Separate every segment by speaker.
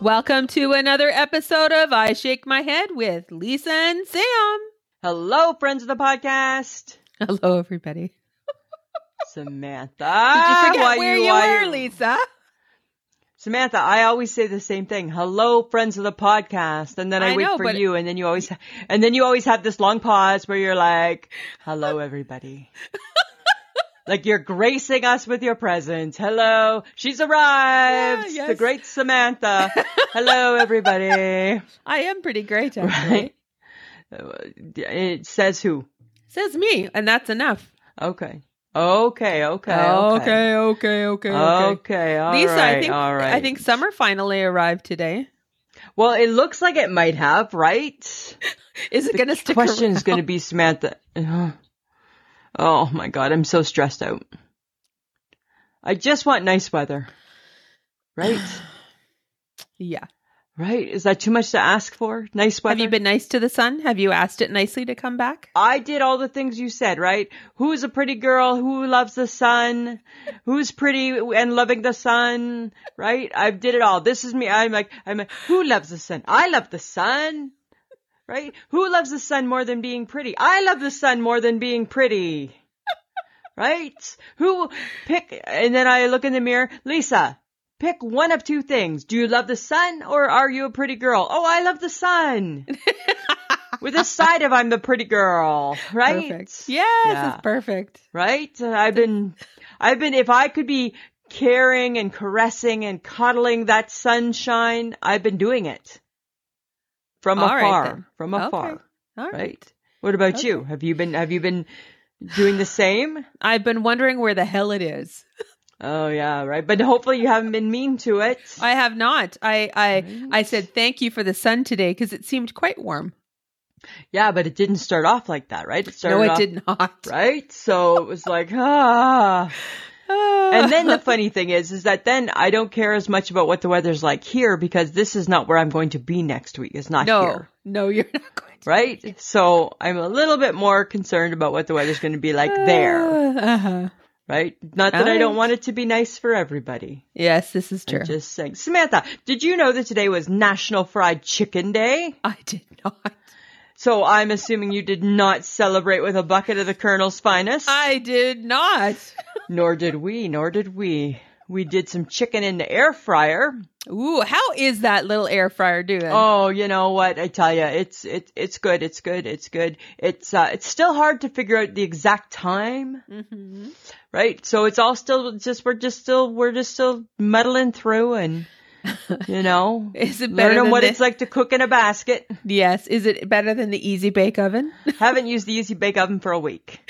Speaker 1: Welcome to another episode of I Shake My Head with Lisa and Sam.
Speaker 2: Hello, friends of the podcast.
Speaker 1: Hello, everybody.
Speaker 2: Samantha.
Speaker 1: Did you forget
Speaker 2: why
Speaker 1: where Ah, you,
Speaker 2: why
Speaker 1: were, Lisa?
Speaker 2: Samantha, I always say the same thing. Hello, friends of the podcast. And then I,
Speaker 1: I
Speaker 2: wait
Speaker 1: know,
Speaker 2: for
Speaker 1: but-
Speaker 2: you. And then you always, and then you always have this long pause where you're like, hello, everybody. like you're gracing us with your presence. Hello. She's arrived.
Speaker 1: Yeah,
Speaker 2: The
Speaker 1: yes.
Speaker 2: great Samantha. hello, everybody.
Speaker 1: I am pretty great, actually.
Speaker 2: Right. It says who?
Speaker 1: Says me, and that's enough. Oh,
Speaker 2: Okay. Okay. Okay.
Speaker 1: okay, Oh, okay,
Speaker 2: Okay, all
Speaker 1: Lisa, I
Speaker 2: right,
Speaker 1: think
Speaker 2: all right.
Speaker 1: I think summer finally arrived today.
Speaker 2: Well, it looks like it might have, right?
Speaker 1: Is it going to stick
Speaker 2: Question
Speaker 1: around?
Speaker 2: is going to be Samantha. Ugh. Oh my god, I'm so stressed out. I just want nice weather. Right?
Speaker 1: Yeah.
Speaker 2: right? Is that too much to ask for? Nice weather.
Speaker 1: Have you been nice to the sun? Have you asked it nicely to come back?
Speaker 2: I did all the things you said, right? Who's a pretty girl? Who loves the sun? Who's pretty and loving the sun? Right? I did it all. This is me. I'm like, I'm like, who loves the sun? I love the sun. Right? Who loves the sun more than being pretty? I love the sun more than being pretty. Right? Who pick, and then I look in the mirror, Lisa, pick one of two things. Do you love the sun or are you a pretty girl? Oh, I love the sun. With a side of I'm the pretty girl, right?
Speaker 1: Perfect. Yes,
Speaker 2: Yeah.
Speaker 1: it's perfect.
Speaker 2: Right? Uh, I've been, I've been, if I could be caring and caressing and coddling that sunshine, I've been doing it. From
Speaker 1: All right,
Speaker 2: afar.
Speaker 1: then.
Speaker 2: from
Speaker 1: Okay.
Speaker 2: afar.
Speaker 1: All right.
Speaker 2: Right? What about you? Have you been, have you been doing the same?
Speaker 1: I've been wondering where the hell it is.
Speaker 2: Oh yeah, right. But hopefully you haven't been mean to it.
Speaker 1: I have not. I I I
Speaker 2: Right.
Speaker 1: said thank you for the sun today because it seemed quite warm.
Speaker 2: Yeah, but it didn't start off like that, right? It started
Speaker 1: no, it
Speaker 2: off,
Speaker 1: did not.
Speaker 2: Right? So it was like, ah. And then the funny thing is, is that then I don't care as much about what the weather's like here because this is not where I'm going to be next week. It's not
Speaker 1: no,
Speaker 2: here.
Speaker 1: no, you're not going to
Speaker 2: Right? So I'm a little bit more concerned about what the weather's going to be like there.
Speaker 1: Uh-huh.
Speaker 2: Right? Not that I
Speaker 1: Right.
Speaker 2: don't want it to be nice for everybody.
Speaker 1: Yes, this is true.
Speaker 2: I'm just saying. Samantha, did you know that today was National Fried Chicken Day?
Speaker 1: I did not.
Speaker 2: So I'm assuming you did not celebrate with a bucket of the Colonel's finest.
Speaker 1: I did not.
Speaker 2: nor did we, nor did we. We did some chicken in the air fryer.
Speaker 1: Ooh, how is that little air fryer doing?
Speaker 2: Oh, you know what? I tell you, it's it's it's good. It's good. It's good. It's uh, it's still hard to figure out the exact time,
Speaker 1: hmm
Speaker 2: right? So it's all still just we're just still we're just still muddling through and you know
Speaker 1: Is it better
Speaker 2: learning
Speaker 1: than
Speaker 2: what
Speaker 1: the-
Speaker 2: it's like to cook in a basket.
Speaker 1: Yes, is it better than the Easy Bake Oven?
Speaker 2: haven't used the easy bake oven for a week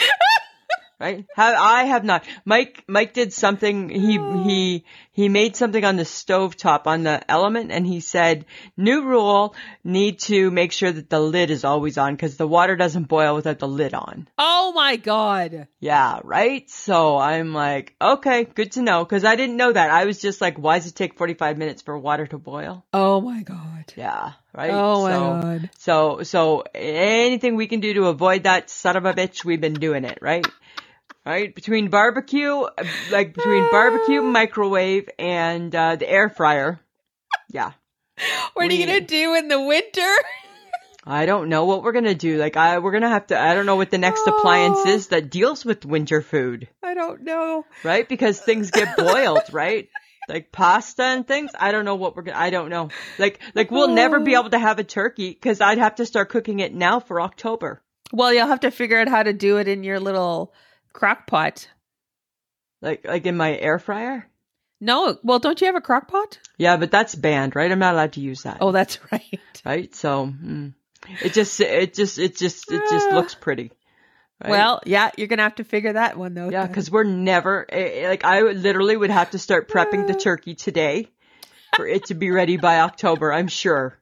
Speaker 2: right have, i have not mike mike did something he he he made something on the stove top on the element and he said new rule need to make sure that the lid is always on because the water doesn't boil without the lid on
Speaker 1: oh my god!
Speaker 2: yeah right so i'm like okay good to know because i didn't know that i was just like why does it take 45 minutes for water to boil
Speaker 1: Oh my god!
Speaker 2: yeah right
Speaker 1: Oh my
Speaker 2: so
Speaker 1: god!
Speaker 2: so, so anything we can do to avoid that son of a bitch, we've been doing it, right? Right? Between barbecue, like between barbecue, microwave, and uh, the air fryer. Yeah.
Speaker 1: What are you
Speaker 2: we-
Speaker 1: gonna do in the winter?
Speaker 2: I don't know what we're gonna do. Like, I, we're gonna have to, I don't know what the next appliance is that deals with winter food,
Speaker 1: I don't know.
Speaker 2: right? Because things get boiled, right? Like pasta and things. I don't know what we're gonna, I don't know. Like, like we'll never be able to have a turkey because I'd have to start cooking it now for October.
Speaker 1: Well, you'll have to figure out how to do it in your little crock pot.
Speaker 2: Like, like in my air fryer.
Speaker 1: No, well, don't you have a crock pot?
Speaker 2: Yeah, but that's banned, right? I'm not allowed to use that.
Speaker 1: Oh, that's right.
Speaker 2: right. So mm, it just, it just, it just, it just
Speaker 1: Ah.
Speaker 2: looks pretty. right?
Speaker 1: Well, yeah, you're gonna have to figure that one though.
Speaker 2: yeah,
Speaker 1: then.
Speaker 2: because we're never eh, eh, like I would- literally would have to start prepping the
Speaker 1: Ah.
Speaker 2: turkey today for it to be ready by October. I'm sure,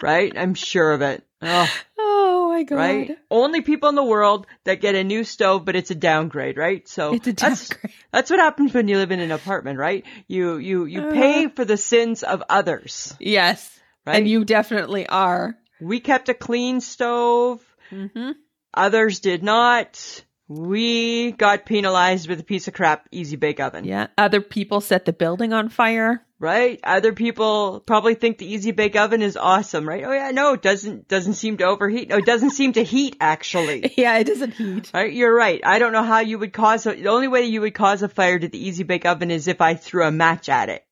Speaker 2: right? I'm sure of it. Oh,
Speaker 1: oh my god,
Speaker 2: right. Only people in the world that get a new stove, but it's a downgrade, right? So
Speaker 1: it's a
Speaker 2: that's-
Speaker 1: downgrade.
Speaker 2: That's what happens when you live in an apartment, right? You you you pay for the sins of others,
Speaker 1: Yes,
Speaker 2: right?
Speaker 1: Ah. and you definitely are.
Speaker 2: we kept a clean stove.
Speaker 1: Mm-hmm.
Speaker 2: Others did not. We got penalized with a piece of crap easy bake oven.
Speaker 1: Yeah. Other people set the building on fire.
Speaker 2: Right? Other people probably think the easy bake oven is awesome, right? Oh yeah, no, it doesn't doesn't seem to overheat. No, it doesn't seem to heat actually.
Speaker 1: Yeah, it doesn't heat.
Speaker 2: Right? You're right. I don't know how you would cause a, the only way you would cause a fire to the easy bake oven is if I threw a match at it.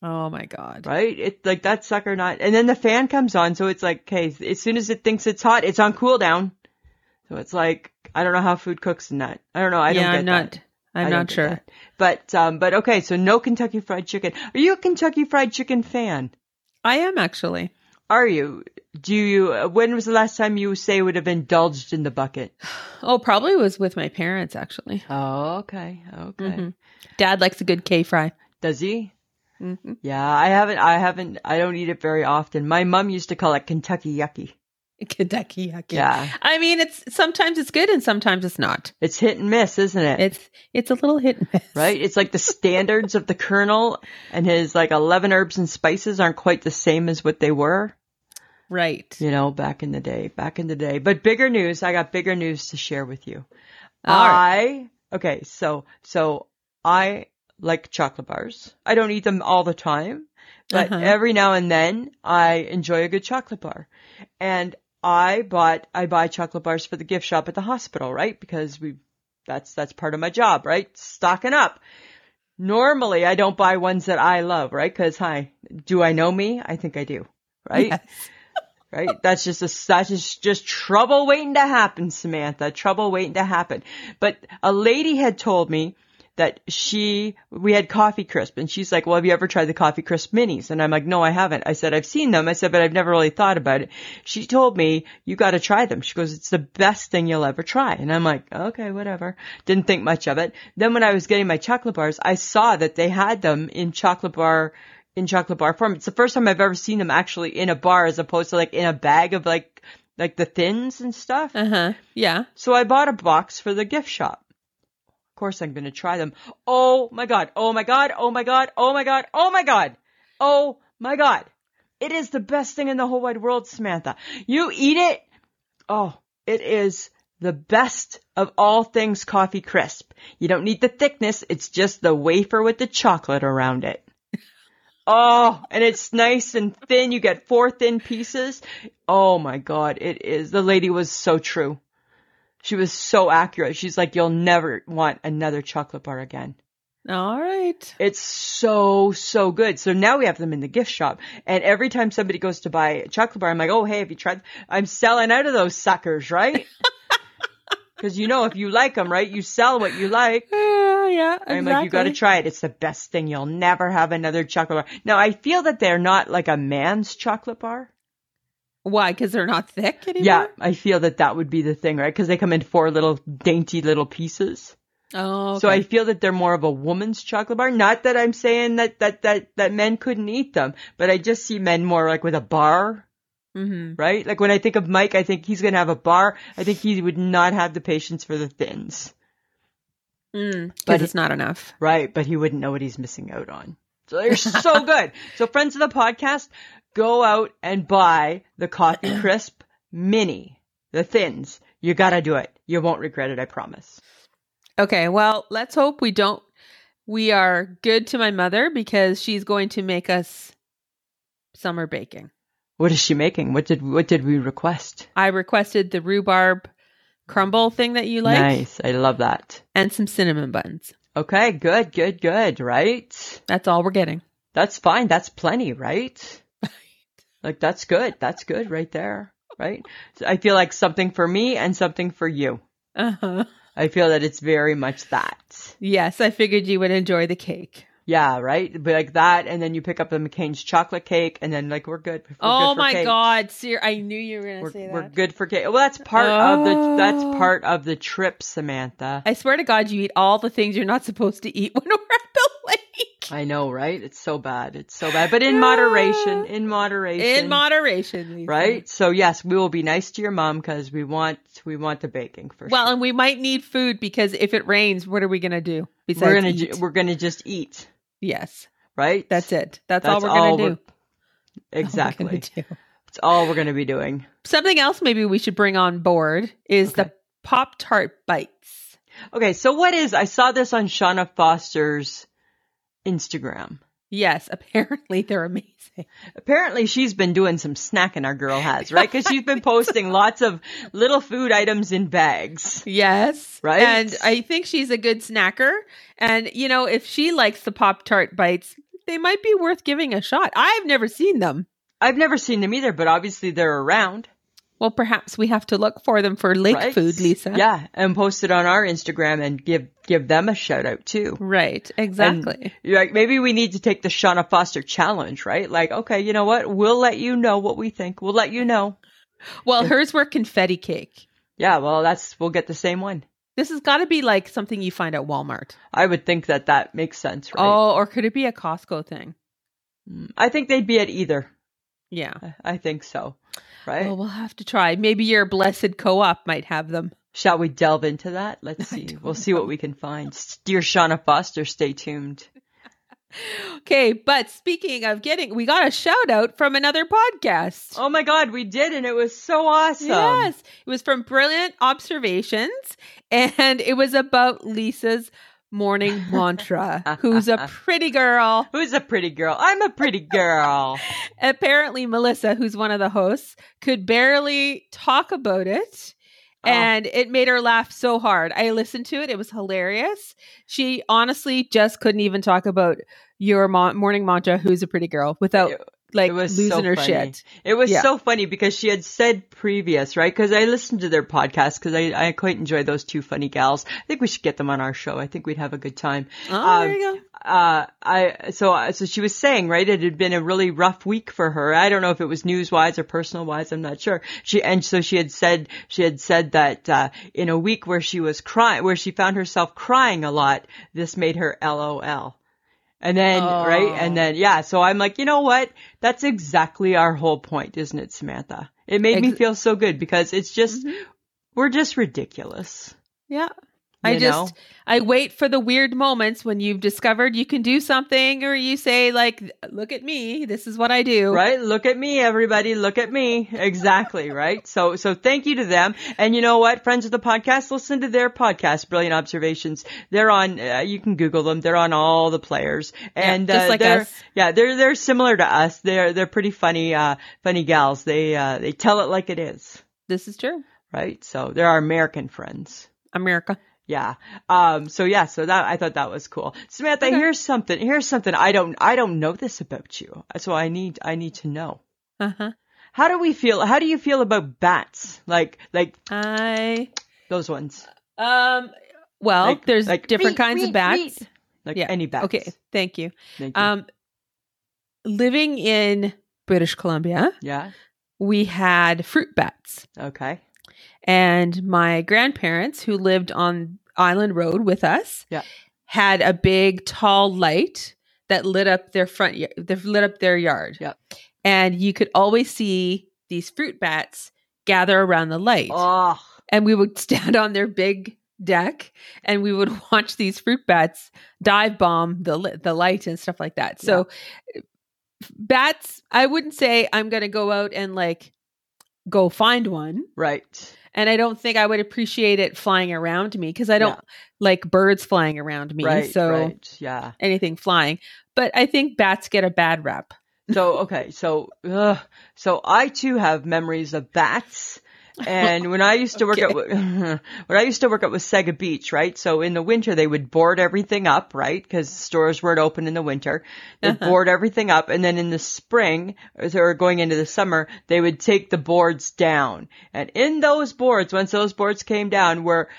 Speaker 1: Oh my god.
Speaker 2: Right? It like that sucker not and then the fan comes on, so it's like, okay, as soon as it thinks it's hot, it's on cool down. So it's like I don't know how food cooks in that. I don't know. I don't
Speaker 1: yeah,
Speaker 2: get
Speaker 1: I'm
Speaker 2: that.
Speaker 1: not. I'm
Speaker 2: I don't
Speaker 1: not
Speaker 2: get
Speaker 1: sure.
Speaker 2: that. But um, but okay, so no Kentucky Fried Chicken. Are you a Kentucky Fried Chicken fan?
Speaker 1: I am actually.
Speaker 2: Are you? Do you? uh, When was the last time you say would have indulged in the bucket?
Speaker 1: Oh, probably was with my parents actually.
Speaker 2: Oh, okay, okay.
Speaker 1: Mhm. Dad likes a good K fry.
Speaker 2: Mm-hmm. Does he?
Speaker 1: hmm
Speaker 2: Yeah, I haven't. I haven't. I don't eat it very often. My mom used to call it Kentucky Yucky.
Speaker 1: Kentucky yucky.
Speaker 2: Yeah,
Speaker 1: I mean, it's sometimes it's good and sometimes it's not.
Speaker 2: it's hit and miss, isn't it?
Speaker 1: It's it's a little hit and miss.
Speaker 2: right? It's like the standards of the colonel and his like eleven herbs and spices aren't quite the same as what they were.
Speaker 1: Right.
Speaker 2: you know, back in the day, back in the day. But bigger news, I got bigger news to share with you.
Speaker 1: All right.
Speaker 2: I okay, so so I like chocolate bars. I don't eat them all the time, but
Speaker 1: Uh-huh.
Speaker 2: every now and then I enjoy a good chocolate bar. And I bought I buy chocolate bars for the gift shop at the hospital, right? Because we that's that's part of my job, right? Stocking up. Normally I don't buy ones that I love, right? Cuz hi, do I know me? I think I do. Right?
Speaker 1: Yes.
Speaker 2: right? That's just a, that is just trouble waiting to happen, Samantha. Trouble waiting to happen. But a lady had told me that she, we had coffee crisp and she's like, well, have you ever tried the coffee crisp minis? And I'm like, no, I haven't. I said, I've seen them. I said, but I've never really thought about it. She told me, you got to try them. She goes, it's the best thing you'll ever try. And I'm like, okay, whatever. Didn't think much of it. Then when I was getting my chocolate bars, I saw that they had them in chocolate bar, in chocolate bar form. It's the first time I've ever seen them actually in a bar as opposed to like in a bag of like, like the thins and stuff.
Speaker 1: Uh huh. Yeah.
Speaker 2: So I bought a box for the gift shop. Of course, I'm going to try them. Oh my God. Oh my God. Oh my God. Oh my God. Oh my God. Oh my God. It is the best thing in the whole wide world, Samantha. You eat it. Oh, it is the best of all things coffee crisp. You don't need the thickness. It's just the wafer with the chocolate around it. Oh, and it's nice and thin. You get four thin pieces. Oh my God. It is. The lady was so true. She was so accurate. She's like, you'll never want another chocolate bar again.
Speaker 1: All right.
Speaker 2: It's so, so good. So now we have them in the gift shop. And every time somebody goes to buy a chocolate bar, I'm like, oh, hey, have you tried? I'm selling out of those suckers, right? Because you know, if you like them, right, you sell what you like.
Speaker 1: Uh, yeah. Exactly.
Speaker 2: I'm like, you got to try it. It's the best thing. You'll never have another chocolate bar. Now, I feel that they're not like a man's chocolate bar.
Speaker 1: Why? Because they're not thick anymore.
Speaker 2: Yeah, I feel that that would be the thing, right? Because they come in four little dainty little pieces.
Speaker 1: Oh.
Speaker 2: So I
Speaker 1: okay.
Speaker 2: feel that they're more of a woman's chocolate bar. Not that I'm saying that, that, that, that men couldn't eat them, but I just see men more like with a bar,
Speaker 1: Mhm.
Speaker 2: right? Like when I think of Mike, I think he's going to have a bar. I think he would not have the patience for the thins,
Speaker 1: Mm,
Speaker 2: But
Speaker 1: but it's not enough.
Speaker 2: right? But he wouldn't know what he's missing out on. So they're so good. So friends of the podcast, go out and buy the coffee crisp mini, the thins. You got to do it. You won't regret it. I promise.
Speaker 1: Okay. Well, let's hope we don't. We are good to my mother because she's going to make us summer baking.
Speaker 2: What is she making? What did, what did we request?
Speaker 1: I requested the rhubarb crumble thing that you like
Speaker 2: Nice. I love that.
Speaker 1: and some cinnamon buns.
Speaker 2: Okay, good, good, good, right?
Speaker 1: That's all we're getting.
Speaker 2: That's fine. That's plenty, right? Like, that's good. That's good right there, right? So I feel like something for me and something for you.
Speaker 1: Uh huh.
Speaker 2: I feel that it's very much that.
Speaker 1: Yes, I figured you would enjoy the cake.
Speaker 2: Yeah, right? But like that, and then you pick up the McCain's chocolate cake, and then like, we're good. We're
Speaker 1: oh
Speaker 2: good for
Speaker 1: my
Speaker 2: cake.
Speaker 1: God, sir! I knew you were gonna say
Speaker 2: We're,
Speaker 1: that.
Speaker 2: we're good for cake. Well, that's part of the, that's
Speaker 1: Oh.
Speaker 2: part of the trip, Samantha.
Speaker 1: I swear to God, you eat all the things you're not supposed to eat when we're at the lake.
Speaker 2: I know, right? It's so bad. It's so bad. But in moderation, in moderation.
Speaker 1: In moderation, Lisa.
Speaker 2: right? So yes, we will be nice to your mom because we want we want the baking for
Speaker 1: Well,
Speaker 2: sure.
Speaker 1: and we might need food because if it rains, what are we gonna do? Besides,
Speaker 2: we're gonna
Speaker 1: eat?
Speaker 2: ju- we're gonna just eat,
Speaker 1: yes,
Speaker 2: right?
Speaker 1: that's it. That's, all
Speaker 2: That's
Speaker 1: we're gonna
Speaker 2: all
Speaker 1: do.
Speaker 2: we're-
Speaker 1: All we're
Speaker 2: exactly.
Speaker 1: gonna do.
Speaker 2: It's all we're gonna be doing.
Speaker 1: Something else maybe we should bring on board is the
Speaker 2: Okay.
Speaker 1: Pop Tart bites.
Speaker 2: Okay, so what is, I saw this on Shauna Foster's Instagram.
Speaker 1: Yes, apparently they're amazing.
Speaker 2: Apparently she's been doing some snacking our girl has, right? Cause she's been posting lots of little food items in bags.
Speaker 1: Yes.
Speaker 2: Right?
Speaker 1: And I think she's a good snacker. And, you know, if she likes the Pop Tart bites, they might be worth giving a shot. I've never seen them.
Speaker 2: I've never seen them either, but obviously they're around.
Speaker 1: Well, perhaps we have to look for them for lake
Speaker 2: Right?
Speaker 1: food, Lisa.
Speaker 2: Yeah, and post it on our Instagram and give give them a shout out too.
Speaker 1: Right.
Speaker 2: And
Speaker 1: Exactly.
Speaker 2: you're like maybe we need to take the Shauna Foster challenge, right? Like, okay, you know what? We'll let you know what we think. We'll let you know.
Speaker 1: well, hers were confetti cake.
Speaker 2: Yeah, well, that's we'll get the same one.
Speaker 1: This has got to be like something you find at Walmart.
Speaker 2: I would think that that makes sense, right?
Speaker 1: Oh, or could it be a Costco thing?
Speaker 2: Mm, I think they'd be at either.
Speaker 1: Yeah.
Speaker 2: I- I think so, right?
Speaker 1: Well, we'll have to try. Maybe your blessed co-op might have them.
Speaker 2: Shall we delve into that? Let's
Speaker 1: I
Speaker 2: see.
Speaker 1: don't
Speaker 2: We'll see what we can find. S- Dear Shauna Foster, stay tuned.
Speaker 1: Okay, but speaking of getting, we got a shout out from another podcast.
Speaker 2: Oh my God, we did, and it was so awesome.
Speaker 1: Yes, it was from Brilliant Observations, and it was about Lisa's morning mantra, who's a pretty girl.
Speaker 2: Who's a pretty girl? I'm a pretty girl.
Speaker 1: Apparently, Melissa, who's one of the hosts, could barely talk about it.
Speaker 2: Oh.
Speaker 1: And it made her laugh so hard. I listened to it. It was hilarious. She honestly just couldn't even talk about your mo- morning mantra, who's a pretty girl, without
Speaker 2: It-
Speaker 1: like
Speaker 2: it was so
Speaker 1: losing her
Speaker 2: funny.
Speaker 1: shit.
Speaker 2: It was
Speaker 1: Yeah.
Speaker 2: so funny because she had said previous, right? Because I listened to their podcast because I, I quite enjoy those two funny gals. I think we should get them on our show. I think we'd have a good time.
Speaker 1: Oh,
Speaker 2: Um,
Speaker 1: there you go.
Speaker 2: Uh, I so so she was saying right, it had been a really rough week for her. I don't know if it was news wise or personal wise. I'm not sure. She and so she had said she had said that uh, in a week where she was crying, where she found herself crying a lot, this made her LOL. And then right, and then yeah. So I'm like, you know what? That's exactly our whole point, isn't it, Samantha? It made me
Speaker 1: Ex-
Speaker 2: feel so good because it's just we're just ridiculous.
Speaker 1: Yeah. I
Speaker 2: You know?
Speaker 1: just I wait for the weird moments when you've discovered you can do something or you say like look at me, this is what I do.
Speaker 2: Right? Look at me, everybody. Look at me. Exactly. Right. So, so thank you to them. And you know what? Friends of the podcast, listen to their podcast, Brilliant Observations. They're on, uh, you can Google them. They're on all the players. And,
Speaker 1: just
Speaker 2: uh,
Speaker 1: like
Speaker 2: they're,
Speaker 1: us.
Speaker 2: yeah, they're, they're similar to us. They're, they're pretty funny, uh, funny gals. They, uh, they tell it like it is.
Speaker 1: This is true.
Speaker 2: Right. So they're our American friends.
Speaker 1: America.
Speaker 2: Yeah. Um, so yeah, so that, I thought that was cool. Samantha,
Speaker 1: Okay.
Speaker 2: here's something, here's something I don't, I don't know this about you. So I need, I need to know.
Speaker 1: Uh-huh.
Speaker 2: How do we feel? How do you feel about bats? Like, like
Speaker 1: I
Speaker 2: those ones.
Speaker 1: um well,
Speaker 2: Like-
Speaker 1: there's
Speaker 2: like,
Speaker 1: different
Speaker 2: "Reet,
Speaker 1: kinds
Speaker 2: reet,
Speaker 1: of bats.
Speaker 2: reet." Like
Speaker 1: Yeah.
Speaker 2: any bats.
Speaker 1: Okay, thank you.
Speaker 2: Thank you.
Speaker 1: Um living in British Columbia,
Speaker 2: yeah.
Speaker 1: we had fruit bats.
Speaker 2: Okay.
Speaker 1: and my grandparents who lived on Island Road with us
Speaker 2: Yeah.
Speaker 1: had a big tall light that lit up their front y- that lit up their yard.
Speaker 2: Yeah.
Speaker 1: And you could always see these fruit bats gather around the light.
Speaker 2: Oh,
Speaker 1: And we would stand on their big deck and we would watch these fruit bats dive bomb the li- the light and stuff like that. So bats, I wouldn't say I'm going to go out and like go find one
Speaker 2: right.
Speaker 1: and I don't think I would appreciate it flying around me because I don't like birds flying around me.
Speaker 2: right.
Speaker 1: so
Speaker 2: right. Yeah.
Speaker 1: anything flying, but I think bats get a bad rap.
Speaker 2: So, okay. So, ugh, so I too have memories of bats. And when I used to work at, when I used to work at with Sega Beach, right? So in the winter, they would board everything up, right? Cause stores weren't open in the winter. They'd
Speaker 1: Uh-huh.
Speaker 2: board everything up. And then in the spring as they were going into the summer, they would take the boards down. And in those boards, once those boards came down were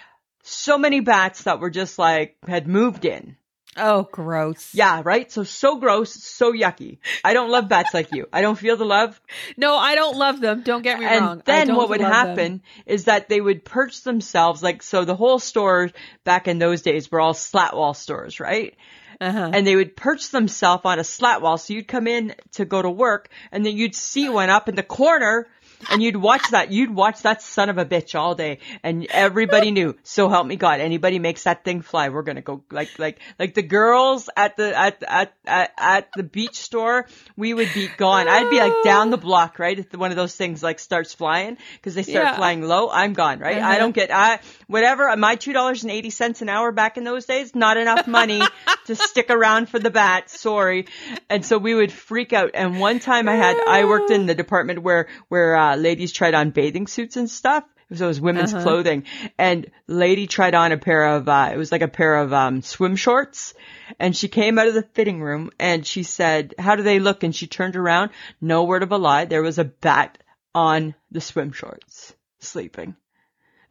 Speaker 2: so many bats that were just like, had moved in.
Speaker 1: Oh, gross.
Speaker 2: Yeah, right? So, so gross, so yucky. I don't love bats like you. I don't feel the love.
Speaker 1: No, I don't love them. Don't get me
Speaker 2: and
Speaker 1: wrong. I
Speaker 2: then
Speaker 1: don't
Speaker 2: what would
Speaker 1: love them.
Speaker 2: happen is that they would perch themselves like so the whole store back in those days were all slat wall stores right
Speaker 1: Uh-huh.
Speaker 2: and they would perch themselves on a slat wall so you'd come in to go to work and then you'd see one up in the corner And you'd watch that, you'd watch that son of a bitch all day. And everybody knew, so help me God, anybody makes that thing fly, we're gonna go like, like, like the girls at the, at, at, at, at the beach store, we would be gone. I'd be like down the block, right? If one of those things like starts flying, cause they start
Speaker 1: Yeah.
Speaker 2: flying low, I'm gone, right? I
Speaker 1: Uh-huh.
Speaker 2: don't get, I, whatever, my $2.80 an hour back in those days, not enough money to stick around for the bat, sorry. And so we would freak out. And one time I had, I worked in the department where, where, uh, ladies tried on bathing suits and stuff. It was those women's
Speaker 1: Uh-huh.
Speaker 2: clothing. And lady tried on a pair of, uh, it was like a pair of, um, swim shorts. And she came out of the fitting room and she said, how do they look? And she turned around. No word of a lie. There was a bat on the swim shorts sleeping.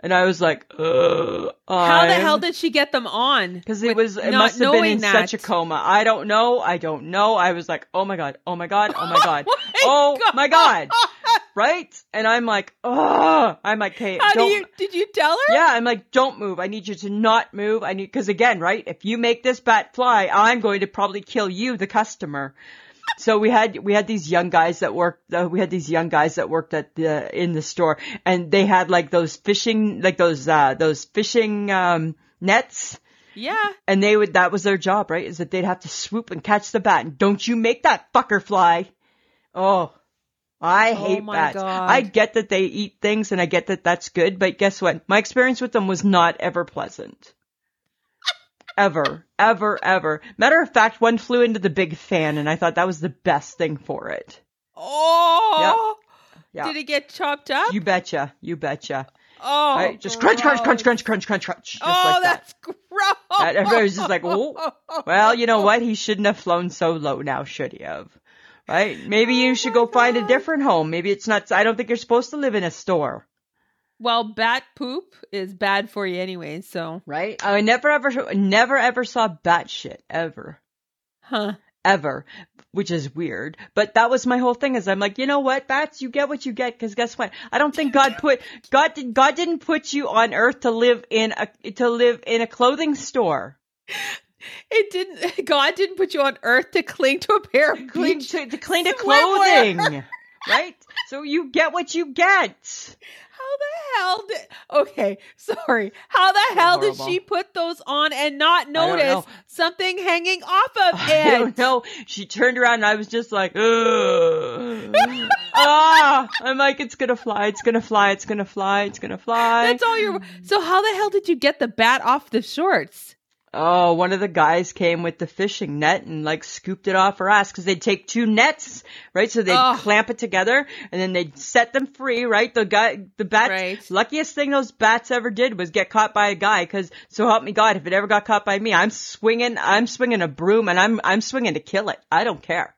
Speaker 2: And I was like, ugh.
Speaker 1: How the
Speaker 2: I'm-
Speaker 1: hell did she get them on?
Speaker 2: because it
Speaker 1: with
Speaker 2: was it
Speaker 1: not
Speaker 2: must have been
Speaker 1: knowing
Speaker 2: in
Speaker 1: that?
Speaker 2: such a coma. I don't know. I don't know. I was like, oh my god, oh my god, oh my god, oh my god, right? And I'm like, oh, I'm like, hey,
Speaker 1: How do
Speaker 2: don't.
Speaker 1: you did you tell her?
Speaker 2: yeah, I'm like, don't move. I need you to not move. I need because again, right? If you make this bat fly, I'm going to probably kill you, the customer. So we had we had these young guys that worked. Uh, we had these young guys that worked at the in the store, and they had like those fishing, like those uh those fishing um nets
Speaker 1: Yeah.
Speaker 2: and they would that was their job right is that they'd have to swoop and catch the bat and don't you make that fucker fly oh i
Speaker 1: Oh
Speaker 2: hate
Speaker 1: my
Speaker 2: bats
Speaker 1: God.
Speaker 2: i get that they eat things and i get that that's good but guess what my experience with them was not ever pleasant ever ever ever matter of fact one flew into the big fan and i thought that was the best thing for it
Speaker 1: Oh.
Speaker 2: Yeah.
Speaker 1: Did it get chopped up?
Speaker 2: you betcha you betcha
Speaker 1: oh.
Speaker 2: right just crunch crunch crunch
Speaker 1: gross.
Speaker 2: crunch crunch crunch crunch just
Speaker 1: oh,
Speaker 2: like that
Speaker 1: that's gross.
Speaker 2: That- everybody's just like, "Oh, Well, you know what? He shouldn't have flown so low now, should he have? Right? Maybe you
Speaker 1: Oh
Speaker 2: should
Speaker 1: my
Speaker 2: go find a
Speaker 1: God.
Speaker 2: different home. Maybe it's not, I don't think you're supposed to live in a store.
Speaker 1: Well, bat poop is bad for you anyway, so
Speaker 2: Right? I never ever, never ever saw bat shit ever.
Speaker 1: huh.
Speaker 2: ever, which is weird. But that was my whole thing is I'm like, you know what, bats, you get what you get. Cause guess what? I don't think God put, God did, God didn't put you on earth to live in a, to live in a clothing store.
Speaker 1: It didn't God didn't put you on earth to cling to a pair of
Speaker 2: clean
Speaker 1: beach.
Speaker 2: to, to clean to
Speaker 1: swimwear.
Speaker 2: clothing, right? So you get what you get.
Speaker 1: How the hell did Okay, sorry. How the hell did
Speaker 2: horrible.
Speaker 1: she put those on and not
Speaker 2: don't know.
Speaker 1: notice something hanging off of it?
Speaker 2: I don't know. She turned around and I was just like, Ugh. ah, I'm like, it's gonna fly, it's gonna fly, it's gonna fly, it's gonna fly.
Speaker 1: That's all you're. So how the hell did you get the bat off the shorts?
Speaker 2: Oh, one of the guys came with the fishing net and like scooped it off her ass because they'd take two nets, right? So they'd
Speaker 1: Ugh.
Speaker 2: clamp it together and then they'd set them free, right? The guy, the bats,
Speaker 1: Right.
Speaker 2: luckiest thing those bats ever did was get caught by a guy because so help me God, if it ever got caught by me, I'm swinging, I'm swinging a broom and I'm, I'm swinging to kill it. I don't care.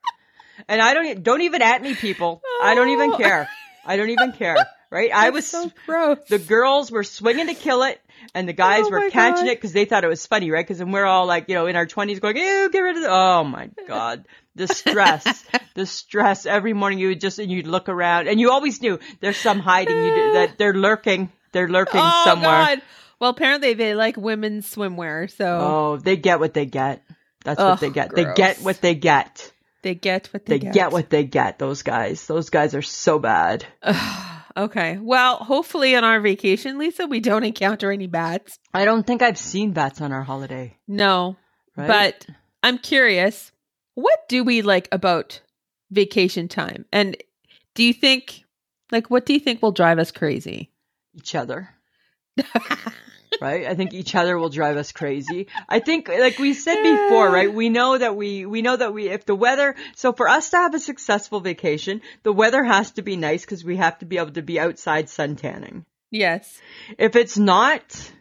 Speaker 2: And I don't, e, don't even at me people. I don't even
Speaker 1: Oh.
Speaker 2: care. I don't even care, right? I
Speaker 1: That's
Speaker 2: was
Speaker 1: so gross.
Speaker 2: the girls were swinging to kill it, and the guys
Speaker 1: Oh
Speaker 2: were
Speaker 1: my
Speaker 2: catching
Speaker 1: God.
Speaker 2: it because they thought it was funny, right? Because then we're all like, you know, in our twenties, going, "Ew, get rid of." The-. Oh my god, the stress, the stress. Every morning you would just and you'd look around, and you always knew there's some hiding. You did, that they're lurking, they're lurking
Speaker 1: oh
Speaker 2: somewhere.
Speaker 1: God. Well, apparently they like women's swimwear, so
Speaker 2: Oh, they get what they get. That's what
Speaker 1: Ugh,
Speaker 2: they get. They
Speaker 1: gross.
Speaker 2: get what they get.
Speaker 1: they get what
Speaker 2: They
Speaker 1: they,
Speaker 2: get. what they get. Those guys. Those guys are so bad.
Speaker 1: okay. Well, hopefully on our vacation, Lisa, we don't encounter any bats.
Speaker 2: I don't think I've seen bats on our holiday.
Speaker 1: No,
Speaker 2: Right?
Speaker 1: but I'm curious. What do we like about vacation time? And do you think, like, what do you think will drive us crazy?
Speaker 2: each other. right? I think each other will drive us crazy. I think, like we said before, right? We know that we, we know that we, if the weather, so for us to have a successful vacation, the weather has to be nice because we have to be able to be outside sun tanning.
Speaker 1: yes,
Speaker 2: If it's not,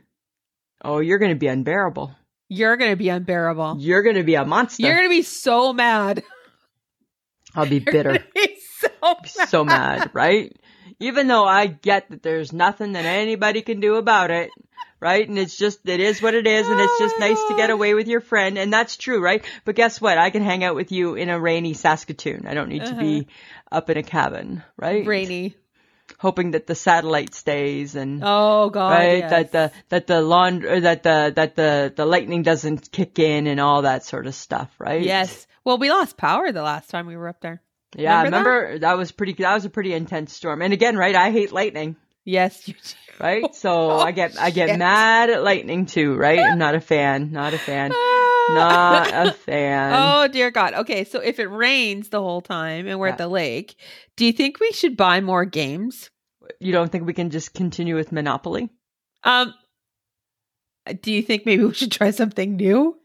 Speaker 2: oh, you're going to be unbearable.
Speaker 1: you're going to be unbearable.
Speaker 2: You're going to be a monster.
Speaker 1: You're gonna be so mad.
Speaker 2: I'll be bitter.
Speaker 1: He's so
Speaker 2: Be so mad, right? Even though I get that there's nothing that anybody can do about it, right? And it's just, it is what it is, and it's
Speaker 1: Oh
Speaker 2: just
Speaker 1: my
Speaker 2: nice to get
Speaker 1: God.
Speaker 2: away with your friend, and that's true, right? But guess what? I can hang out with you in a rainy Saskatoon. I don't need to be up in a cabin, right?
Speaker 1: Uh-huh. rainy.
Speaker 2: Hoping that the satellite stays and.
Speaker 1: Oh god.
Speaker 2: Right,
Speaker 1: yes.
Speaker 2: that the that the lawn or that the that the the lightning doesn't kick in and all that sort of stuff, right?
Speaker 1: Yes. Well, we lost power the last time we were up there.
Speaker 2: Yeah, I
Speaker 1: Remember that?
Speaker 2: remember that was pretty. That was a pretty intense storm. And again, right? I hate lightning,
Speaker 1: Yes, you do.
Speaker 2: right? So I get I get
Speaker 1: Oh, shit.
Speaker 2: mad at lightning too, right? I'm not a fan. Not a fan. Not a fan.
Speaker 1: Oh dear God. Okay, so if it rains the whole time and we're
Speaker 2: Yeah.
Speaker 1: at the lake, do you think we should buy more games?
Speaker 2: You don't think we can just continue with Monopoly?
Speaker 1: Um, do you think maybe we should try something new?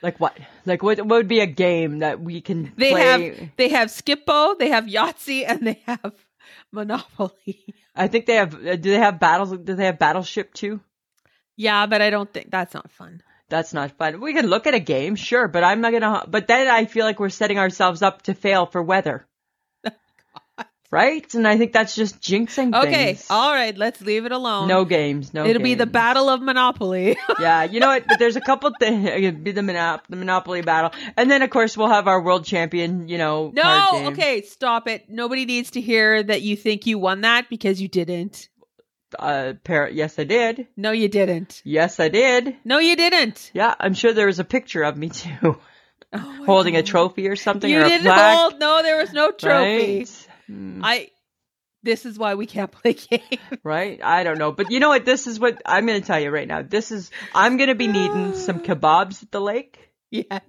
Speaker 2: Like what? Like what? What would be a game that we can
Speaker 1: They
Speaker 2: play?
Speaker 1: They have Skippo, they have Yahtzee, and they have Monopoly.
Speaker 2: I think they have. uh, Do they have battles? Do they have Battleship too?
Speaker 1: yeah, but I don't think that's not fun.
Speaker 2: That's not fun. We can look at a game, sure, but I'm not gonna. But then I feel like we're setting ourselves up to fail for weather. Right, and I think that's just jinxing
Speaker 1: Oh, Okay,
Speaker 2: things.
Speaker 1: all right, let's leave it alone.
Speaker 2: no games, no.
Speaker 1: it'll be the
Speaker 2: games.
Speaker 1: Battle of Monopoly.
Speaker 2: yeah, you know what? But there's a couple things. It'd be the, monop- the Monopoly battle, and then of course we'll have our world champion. You know, card
Speaker 1: no,
Speaker 2: game.
Speaker 1: okay, stop it. Nobody needs to hear that you think you won that because you didn't.
Speaker 2: Uh, par- yes, I did.
Speaker 1: No, you didn't.
Speaker 2: Yes, I did.
Speaker 1: No, you didn't.
Speaker 2: Yeah, I'm sure there was a picture of me too,
Speaker 1: Oh my
Speaker 2: holding a
Speaker 1: God.
Speaker 2: trophy or something
Speaker 1: You
Speaker 2: or a
Speaker 1: didn't
Speaker 2: plaque.
Speaker 1: hold. No, there was no trophy.
Speaker 2: Right? Mm,
Speaker 1: I. This is why we can't play games.
Speaker 2: right? I don't know. But you know what? This is what I'm going to tell you right now. This is, I'm going to be needing some kebabs at the lake.
Speaker 1: yes.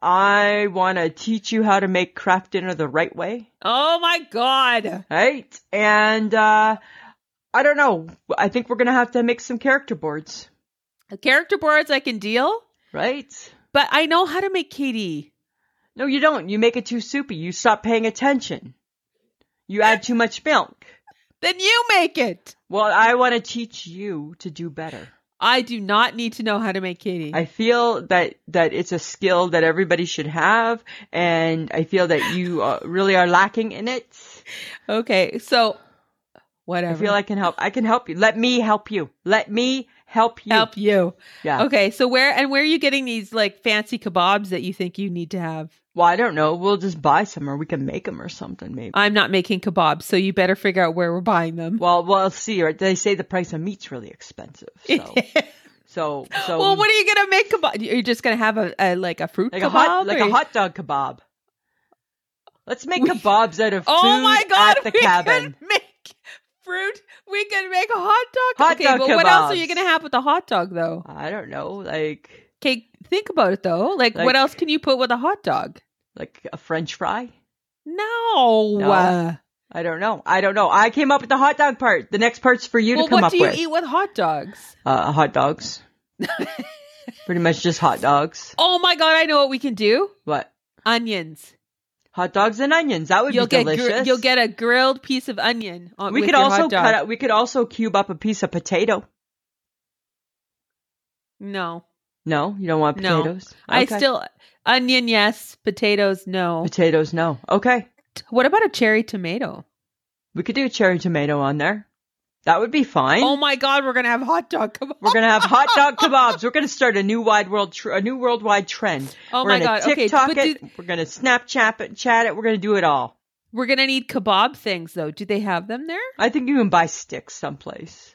Speaker 2: I want to teach you how to make craft dinner the right way.
Speaker 1: Oh my god.
Speaker 2: Right? And, uh, I don't know. I think we're going to have to make some character boards.
Speaker 1: Character boards I can deal,
Speaker 2: Right?
Speaker 1: but I know how to make KD.
Speaker 2: No, you don't. You make it too soupy. You stop paying attention. You add too much milk.
Speaker 1: Then you make it.
Speaker 2: Well, I want to teach you to do better.
Speaker 1: I do not need to know how to make KD.
Speaker 2: I feel that that it's a skill that everybody should have, and I feel that you uh, really are lacking in it.
Speaker 1: okay, so
Speaker 2: I
Speaker 1: whatever.
Speaker 2: feel I can help. I can help you. Let me help you. Let me help you.
Speaker 1: help you.
Speaker 2: Yeah.
Speaker 1: Okay, so where and where are you getting these like fancy kebabs that you think you need to have?
Speaker 2: Well, I don't know. We'll just buy some, or we can make them, or something. Maybe.
Speaker 1: I'm not making kebabs, so you better figure out where we're buying them.
Speaker 2: well, we'll see. Right? They say the price of meat's really expensive. So, so, so.
Speaker 1: well, what are you gonna make kebab? You're just gonna have a, a like a fruit
Speaker 2: like
Speaker 1: kebab,
Speaker 2: a hot, like
Speaker 1: or-
Speaker 2: a hot dog kebab. Let's make
Speaker 1: We-
Speaker 2: kebabs out of
Speaker 1: Oh
Speaker 2: food
Speaker 1: my god,
Speaker 2: at the
Speaker 1: we
Speaker 2: cabin.
Speaker 1: could make fruit. We could make a hot dog.
Speaker 2: Hot
Speaker 1: okay,
Speaker 2: dog
Speaker 1: but what else are you
Speaker 2: kebabs.
Speaker 1: gonna have with the hot dog though?
Speaker 2: I don't know, like
Speaker 1: Okay, think about it though. Like, what
Speaker 2: Like-
Speaker 1: else can you put with a hot dog?
Speaker 2: like a French fry.
Speaker 1: No.
Speaker 2: No.
Speaker 1: Uh,
Speaker 2: I don't know. I don't know. I came up with the hot dog part. The next part's for you
Speaker 1: well,
Speaker 2: to come
Speaker 1: what
Speaker 2: up
Speaker 1: do you
Speaker 2: with.
Speaker 1: eat with hot dogs?
Speaker 2: Uh, hot dogs. Pretty much just hot dogs.
Speaker 1: Oh my god, I know what we can do.
Speaker 2: What?
Speaker 1: Onions.
Speaker 2: Hot dogs and onions. That would
Speaker 1: You'll
Speaker 2: be
Speaker 1: get gr-
Speaker 2: delicious.
Speaker 1: you'll get a grilled piece of onion on
Speaker 2: We
Speaker 1: with
Speaker 2: could
Speaker 1: your
Speaker 2: also
Speaker 1: hot dog.
Speaker 2: cut. Out, we could also cube up a piece of potato.
Speaker 1: No.
Speaker 2: No, you don't want
Speaker 1: No.
Speaker 2: potatoes.
Speaker 1: I
Speaker 2: Okay.
Speaker 1: still onion yes, potatoes no.
Speaker 2: potatoes. No. Okay,
Speaker 1: What about a cherry tomato?
Speaker 2: we could do a cherry tomato on there. That would be fine.
Speaker 1: Oh my god, we're going to have hot dog kebab.
Speaker 2: We're gonna have hot dog kebabs. We're gonna start a new wide world, tr- a new worldwide trend.
Speaker 1: Oh my
Speaker 2: We're gonna
Speaker 1: god! Okay,
Speaker 2: TikTok
Speaker 1: but
Speaker 2: it.
Speaker 1: do,
Speaker 2: We're gonna Snapchat it, chat it. We're gonna do it all.
Speaker 1: we're gonna need kebab things though. Do they have them there?
Speaker 2: I think you can buy sticks someplace.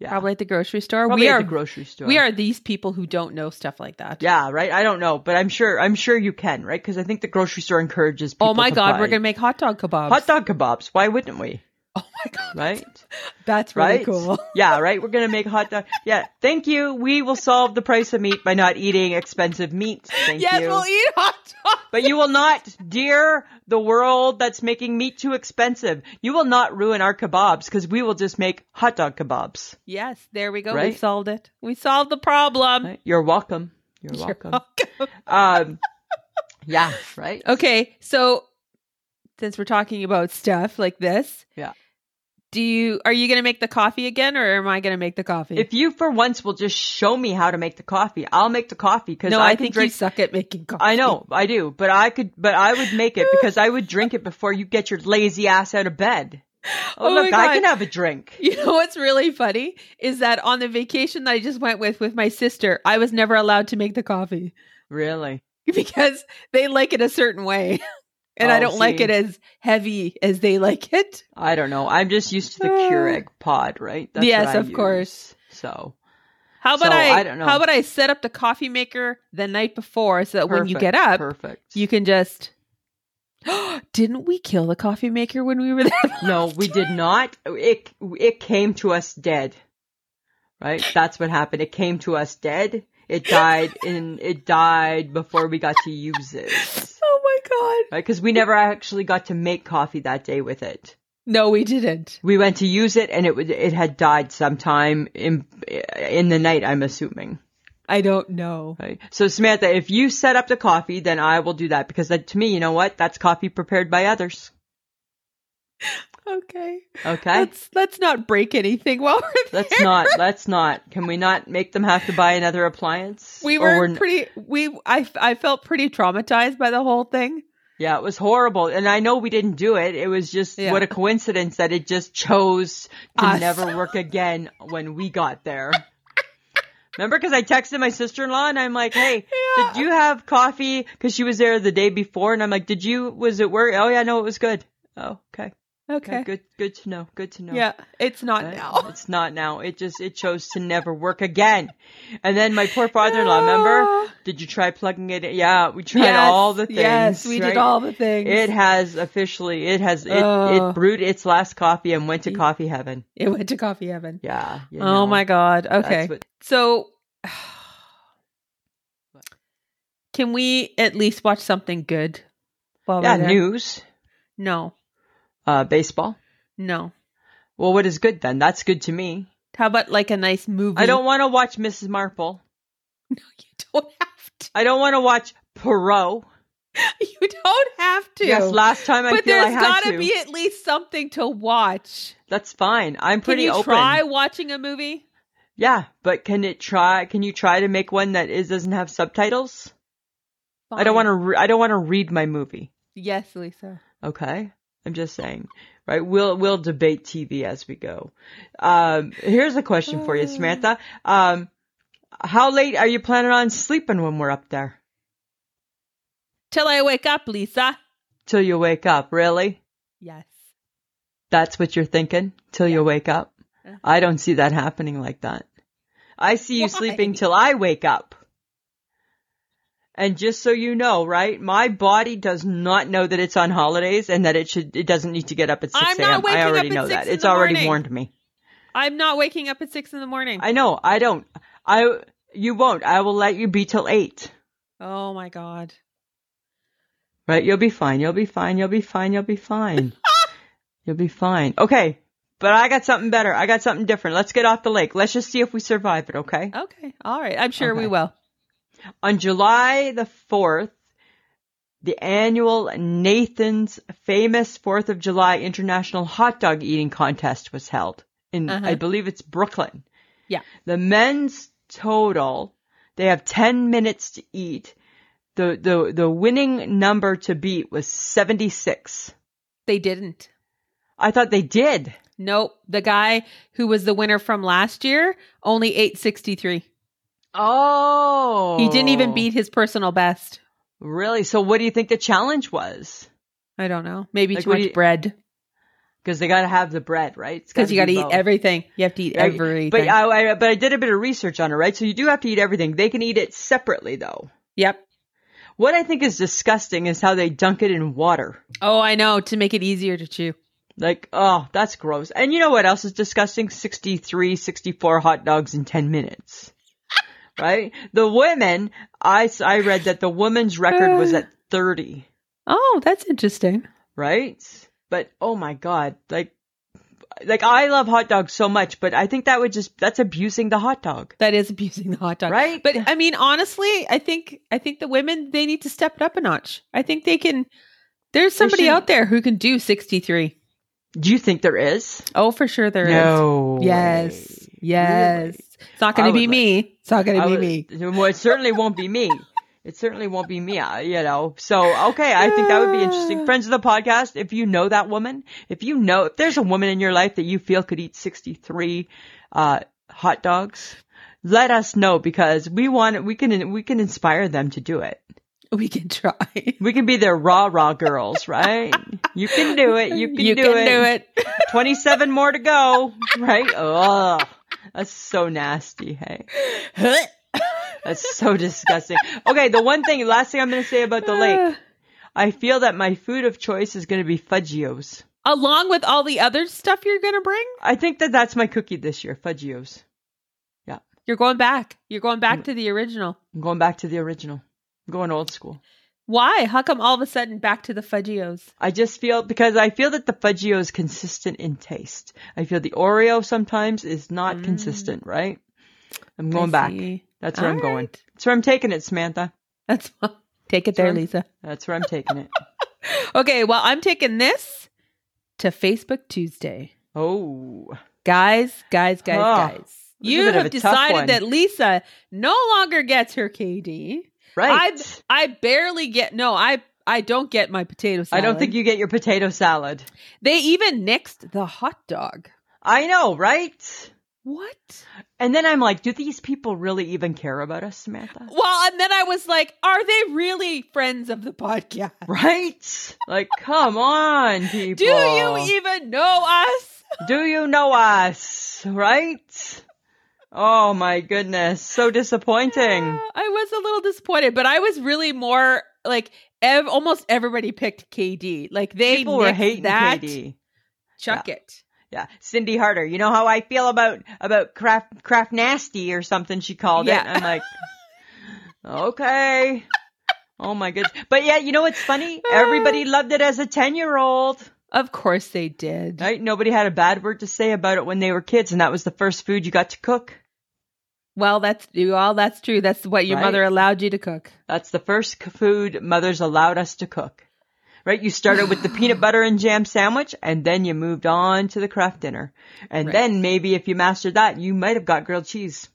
Speaker 2: Yeah,
Speaker 1: Probably at the grocery store.
Speaker 2: Probably
Speaker 1: we
Speaker 2: at
Speaker 1: are
Speaker 2: the grocery store.
Speaker 1: we are these people who don't know stuff like that.
Speaker 2: Yeah, right. I don't know, but I'm sure. I'm sure you can, right? Because I think the grocery store encourages. people
Speaker 1: Oh my
Speaker 2: to
Speaker 1: god,
Speaker 2: buy
Speaker 1: we're gonna make hot dog kebabs.
Speaker 2: hot dog kebabs. Why wouldn't we?
Speaker 1: oh my god,
Speaker 2: Right.
Speaker 1: that's really
Speaker 2: Right.
Speaker 1: cool.
Speaker 2: yeah. Right. We're gonna make hot dog. Yeah. Thank you. We will solve the price of meat by not eating expensive meat. Thank
Speaker 1: yes,
Speaker 2: you.
Speaker 1: we'll eat hot dog.
Speaker 2: But you will not, dear the world that's making meat too expensive, you will not ruin our kebabs because we will just make hot dog kebabs.
Speaker 1: Yes, there we go. We
Speaker 2: Right.
Speaker 1: solved it. We solved the problem.
Speaker 2: Right? You're welcome. You're
Speaker 1: You're
Speaker 2: welcome.
Speaker 1: welcome.
Speaker 2: Um, yeah, right?
Speaker 1: Okay, so since we're talking about stuff like this,
Speaker 2: Yeah.
Speaker 1: Do you are you gonna make the coffee again, or am I gonna make the coffee?
Speaker 2: If you for once will just show me how to make the coffee, I'll make the coffee because
Speaker 1: no,
Speaker 2: I,
Speaker 1: I,
Speaker 2: can
Speaker 1: think
Speaker 2: drink.
Speaker 1: you suck at making coffee.
Speaker 2: I know, I do, but I could, but I would make it because I would drink it before you get your lazy ass out of bed. Oh,
Speaker 1: Oh my
Speaker 2: look, I
Speaker 1: God.
Speaker 2: can have a drink.
Speaker 1: You know what's really funny is that on the vacation that I just went with with my sister, I was never allowed to make the coffee
Speaker 2: Really?
Speaker 1: because they like it a certain way. And I
Speaker 2: Oh,
Speaker 1: don't like
Speaker 2: see.
Speaker 1: it as heavy as they like it.
Speaker 2: I don't know. I'm just used to the
Speaker 1: Uh,
Speaker 2: Keurig pod, right? what
Speaker 1: yes,
Speaker 2: I
Speaker 1: of course.
Speaker 2: use. So
Speaker 1: How about
Speaker 2: So,
Speaker 1: I,
Speaker 2: I don't know.
Speaker 1: how about I set up the coffee maker the night before so that when you
Speaker 2: perfect,
Speaker 1: get up,
Speaker 2: perfect.
Speaker 1: you can just Didn't we kill the coffee maker when we were there?
Speaker 2: No, we did not. It it came to us dead. Right? That's what happened. It came to us dead. It died in it died before we got to use it.
Speaker 1: oh my god.
Speaker 2: Right? Cuz we never actually got to make coffee that day with it.
Speaker 1: No, we didn't.
Speaker 2: We went to use it and it was it had died sometime in in the night, I'm assuming.
Speaker 1: I don't know.
Speaker 2: Right. So Samantha, if you set up the coffee, then I will do that because that, to me, you know what? That's coffee prepared by others.
Speaker 1: Okay.
Speaker 2: Okay.
Speaker 1: Let's let's not break anything while we're there.
Speaker 2: Let's not. Let's not. Can we not make them have to buy another appliance?
Speaker 1: We
Speaker 2: Or
Speaker 1: were
Speaker 2: Oh, n-
Speaker 1: pretty. We I I felt pretty traumatized by the whole thing.
Speaker 2: Yeah, it was horrible, and I know we didn't do it. It was just
Speaker 1: Yeah.
Speaker 2: what a coincidence that it just chose to
Speaker 1: Us.
Speaker 2: never work again when we got there. Remember, because I texted my sister in law and I'm like, "Hey,
Speaker 1: Yeah.
Speaker 2: did you have coffee?" Because she was there the day before, and I'm like, "Did you? Was it work?" Oh yeah, no, it was good. Oh, okay.
Speaker 1: Okay.
Speaker 2: Good. Good to know. Good to know.
Speaker 1: Yeah, it's not
Speaker 2: Right?
Speaker 1: now.
Speaker 2: It's not now. It just it chose to never work again. And then my poor father-in-law. Remember? Did you try plugging it? In? Yeah, we tried
Speaker 1: Yes,
Speaker 2: all the things.
Speaker 1: Yes, we
Speaker 2: right?
Speaker 1: did all the things.
Speaker 2: It has officially. It has. It,
Speaker 1: Oh.
Speaker 2: it brewed its last coffee and went to
Speaker 1: Ye-
Speaker 2: coffee heaven.
Speaker 1: It went to coffee heaven.
Speaker 2: Yeah. you
Speaker 1: oh
Speaker 2: know,
Speaker 1: my god.
Speaker 2: that's
Speaker 1: Okay.
Speaker 2: what-
Speaker 1: so can we at least watch something good? While
Speaker 2: yeah.
Speaker 1: we're there?
Speaker 2: News.
Speaker 1: No.
Speaker 2: Uh, baseball.
Speaker 1: No.
Speaker 2: Well, what is good then? That's good to me.
Speaker 1: How about like a nice movie?
Speaker 2: I don't want to watch Mrs. Marple.
Speaker 1: No, you don't have to.
Speaker 2: I don't want to watch Perot.
Speaker 1: You don't have to.
Speaker 2: Yes, last time I
Speaker 1: but
Speaker 2: feel
Speaker 1: there's
Speaker 2: I had
Speaker 1: gotta
Speaker 2: to.
Speaker 1: be at least something to watch.
Speaker 2: That's fine. I'm pretty
Speaker 1: can you
Speaker 2: open.
Speaker 1: try watching a movie?
Speaker 2: Yeah, but can it try? Can you try to make one that is doesn't have subtitles? I don't want to. Re- I don't want to read my movie.
Speaker 1: Yes, Lisa.
Speaker 2: Okay, I'm just saying. Right? We'll we'll debate TV as we go. Um, here's a question
Speaker 1: Uh.
Speaker 2: for you, Samantha. Um, how late are you planning on sleeping when we're up there?
Speaker 1: Till I wake up, Lisa.
Speaker 2: Till you wake up, really?
Speaker 1: Yes.
Speaker 2: That's what you're thinking? Till you wake up?
Speaker 1: Uh-huh.
Speaker 2: I don't see that happening like that. I see you
Speaker 1: Why?
Speaker 2: sleeping till I wake up. And just so you know, right? My body does not know that it's on holidays and that it should, it doesn't need to get up at 6
Speaker 1: I'm not
Speaker 2: a.m.
Speaker 1: waking
Speaker 2: I
Speaker 1: up
Speaker 2: already
Speaker 1: at
Speaker 2: know
Speaker 1: 6
Speaker 2: that.
Speaker 1: in
Speaker 2: It's
Speaker 1: the
Speaker 2: already
Speaker 1: morning.
Speaker 2: warned me.
Speaker 1: I'm not waking up at six in the morning.
Speaker 2: I know. I don't, I, you won't. I will let you be till 8.
Speaker 1: oh my god.
Speaker 2: Right? You'll be fine. You'll be fine. You'll be fine. You'll be fine. You'll be fine. Okay. But I got something better. I got something different. Let's get off the lake. Let's just see if we survive it, okay?
Speaker 1: Okay. All right. I'm sure we
Speaker 2: Okay.
Speaker 1: will.
Speaker 2: On July the 4th, the annual Nathan's famous 4th of July International Hot Dog Eating Contest was held in,
Speaker 1: Uh-huh.
Speaker 2: I believe it's Brooklyn.
Speaker 1: Yeah.
Speaker 2: The men's total, they have 10 minutes to eat. The, the, the winning number to beat was 76.
Speaker 1: They didn't.
Speaker 2: I thought they did.
Speaker 1: Nope. The guy who was the winner from last year only ate 63.
Speaker 2: Oh.
Speaker 1: He didn't even beat his personal best.
Speaker 2: Really? So what do you think the challenge was?
Speaker 1: I don't know. Maybe
Speaker 2: Like,
Speaker 1: too
Speaker 2: what
Speaker 1: much
Speaker 2: do you-
Speaker 1: bread
Speaker 2: Because they got to have the bread, right? It's
Speaker 1: because you got to
Speaker 2: be
Speaker 1: eat
Speaker 2: both.
Speaker 1: everything. You have to eat
Speaker 2: Right.
Speaker 1: everything.
Speaker 2: But uh I, I but I did a bit of research on it, right? So you do have to eat everything. They can eat it separately though.
Speaker 1: yep.
Speaker 2: What I think is disgusting is how they dunk it in water.
Speaker 1: Oh, I know. To make it easier to chew.
Speaker 2: Like, oh, that's gross. And you know what else is disgusting? 63, 64 hot dogs in 10 minutes. right? The women, I, s- I read that the woman's record was at 30,
Speaker 1: Oh, that's interesting.
Speaker 2: right? But oh my God, like, like I love hot dogs so much, but I think that would just, that's abusing the hot dog.
Speaker 1: That is abusing the hot dog.
Speaker 2: Right?
Speaker 1: But I mean, honestly, I think I think the women they need to step it up a notch. I think they can. There's somebody
Speaker 2: should-
Speaker 1: out there who can do 63.
Speaker 2: Do you think there is?
Speaker 1: Oh, for sure there is.
Speaker 2: no.
Speaker 1: Yes.
Speaker 2: way.
Speaker 1: Yes.
Speaker 2: Really?
Speaker 1: It's not going
Speaker 2: I
Speaker 1: to be
Speaker 2: would
Speaker 1: me. It's not going
Speaker 2: I
Speaker 1: to be
Speaker 2: would-
Speaker 1: me.
Speaker 2: Well, it certainly won't be me. It certainly won't be me, I- you know. So, okay, I think that would be interesting.
Speaker 1: Yeah.
Speaker 2: Friends of the podcast, if you know that woman, if you know, if there's a woman in your life that you feel could eat 63, uh, hot dogs, let us know because we want, we can, we can inspire them to do it.
Speaker 1: We can try.
Speaker 2: We can be their rah rah girls, right? You can do it. You can, do, it.
Speaker 1: do it.
Speaker 2: 27 more to go, right? Oh, that's so nasty. Hey. That's so disgusting. Okay, the one thing, last thing I'm going to say about the lake. I feel that my food of choice is going to be Fudgios.
Speaker 1: Along with all the other stuff you're going to bring,
Speaker 2: I think that that's my cookie this year, Fudgios.
Speaker 1: you're going back. Youyou're going
Speaker 2: Mm.
Speaker 1: back to the original.
Speaker 2: I'm going back to the original. I'm going old school.
Speaker 1: Why? How come all of a sudden back to the Fudgios?
Speaker 2: I just feel because I feel that the Fudgio is consistent in taste. I feel the Oreo sometimes is not
Speaker 1: Mm.
Speaker 2: consistent, right? I'm going back. That's where I'm going.
Speaker 1: Alright.
Speaker 2: That's where I'm taking it, Samantha.
Speaker 1: That's take it there,
Speaker 2: Sure.
Speaker 1: Lisa.
Speaker 2: That's where I'm taking it.
Speaker 1: Okay, well, I'm taking this to Facebook Tuesday.
Speaker 2: Oh,
Speaker 1: Guys, guys, guys,
Speaker 2: Huh.
Speaker 1: guys.
Speaker 2: This is a
Speaker 1: You
Speaker 2: bit of
Speaker 1: have
Speaker 2: a tough one.
Speaker 1: decided that Lisa no longer gets her KD.
Speaker 2: right.
Speaker 1: I barely get no, I I don't get my potato
Speaker 2: I
Speaker 1: salad.
Speaker 2: don't think you get your potato salad.
Speaker 1: They even nixed the hot dog.
Speaker 2: I know, right?
Speaker 1: What?
Speaker 2: And then I'm like, do these people really even care about us, Samantha?
Speaker 1: Well, and then I was like, are they really friends of the podcast?
Speaker 2: Right? Like, come on, people.
Speaker 1: Do you even know us?
Speaker 2: Do you know us? Right? Oh my goodness. So disappointing.
Speaker 1: Yeah, I was a little disappointed, but I was really more like ev- almost everybody picked KD. Like they
Speaker 2: People were
Speaker 1: nixed
Speaker 2: hating
Speaker 1: that.
Speaker 2: Katie.
Speaker 1: Chuck it.
Speaker 2: Yeah. Cindy Harder. You know how I feel about, about craft, craft nasty or something she called
Speaker 1: Yeah.
Speaker 2: it. I'm like, okay. Oh my goodness. But yeah, you know what's funny? Everybody loved it as a 10 year old.
Speaker 1: Of course they did.
Speaker 2: Right? Nobody had a bad word to say about it when they were kids, and that was the first food you got to cook.
Speaker 1: well, that's well, that's true. That's what your
Speaker 2: Right.
Speaker 1: mother allowed you to cook.
Speaker 2: That's the first c- food mothers allowed us to cook. Right? You started with the peanut butter and jam sandwich, and then you moved on to the craft dinner. And
Speaker 1: Right.
Speaker 2: then maybe if you mastered that, you might have got grilled cheese.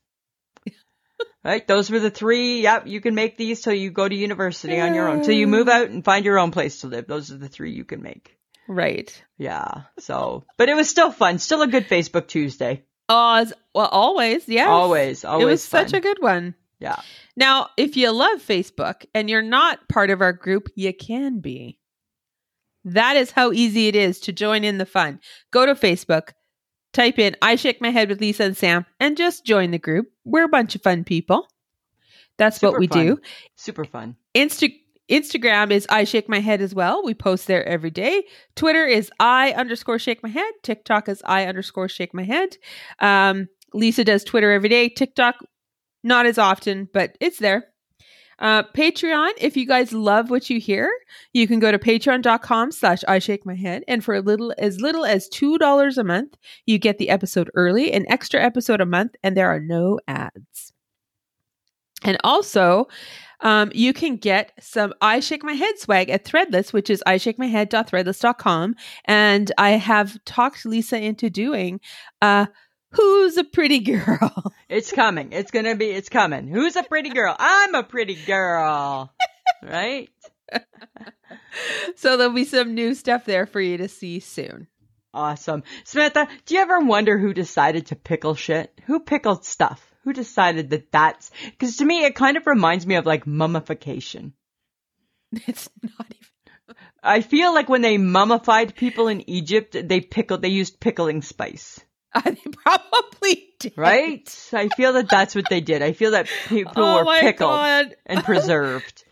Speaker 2: right? Those were the three. Yep, you can make these till you go to university on your own, till you move out and find your own place to live. Those are the three you can make.
Speaker 1: Right.
Speaker 2: Yeah. So, but it was still fun. Still a good Facebook Tuesday.
Speaker 1: Oh, as, well, always, yes.
Speaker 2: Always, always.
Speaker 1: it was
Speaker 2: fun.
Speaker 1: such a good one.
Speaker 2: Yeah.
Speaker 1: Now, if you love Facebook and you're not part of our group, you can be. That is how easy it is to join in the fun. Go to Facebook, type in I Shake My Head with Lisa and Sam, and just join the group. We're a bunch of fun people. That's
Speaker 2: Super
Speaker 1: what we
Speaker 2: fun.
Speaker 1: do.
Speaker 2: Super fun.
Speaker 1: Insta- Instagram is I Shake My Head as well. We post there every day. Twitter is I underscore Shake My Head. TikTok is I underscore Shake My Head. Um, Lisa does Twitter every day. TikTok, not as often, but it's there. Uh, Patreon, if you guys love what you hear, you can go to patreon.com slash I shake my head. And for a little, as little as $2 a month, you get the episode early, an extra episode a month, and there are no ads. And also, um, you can get some I Shake My Head swag at Threadless, which is I Shake My Head.threadless.com. And I have talked Lisa into doing uh, Who's a Pretty Girl?
Speaker 2: It's coming. It's gonna be. It's coming. Who's a pretty girl? I'm a pretty girl, right?
Speaker 1: so there'll be some new stuff there for you to see soon.
Speaker 2: Awesome, Samantha. Do you ever wonder who decided to pickle shit? Who pickled stuff? Who decided that that's? Because to me, it kind of reminds me of like mummification.
Speaker 1: It's not even.
Speaker 2: I feel like when they mummified people in Egypt, they pickled. They used pickling spice,
Speaker 1: I probably did.
Speaker 2: right? I feel that that's what they did. I feel that people
Speaker 1: Oh
Speaker 2: were
Speaker 1: my
Speaker 2: pickled
Speaker 1: god.
Speaker 2: and preserved,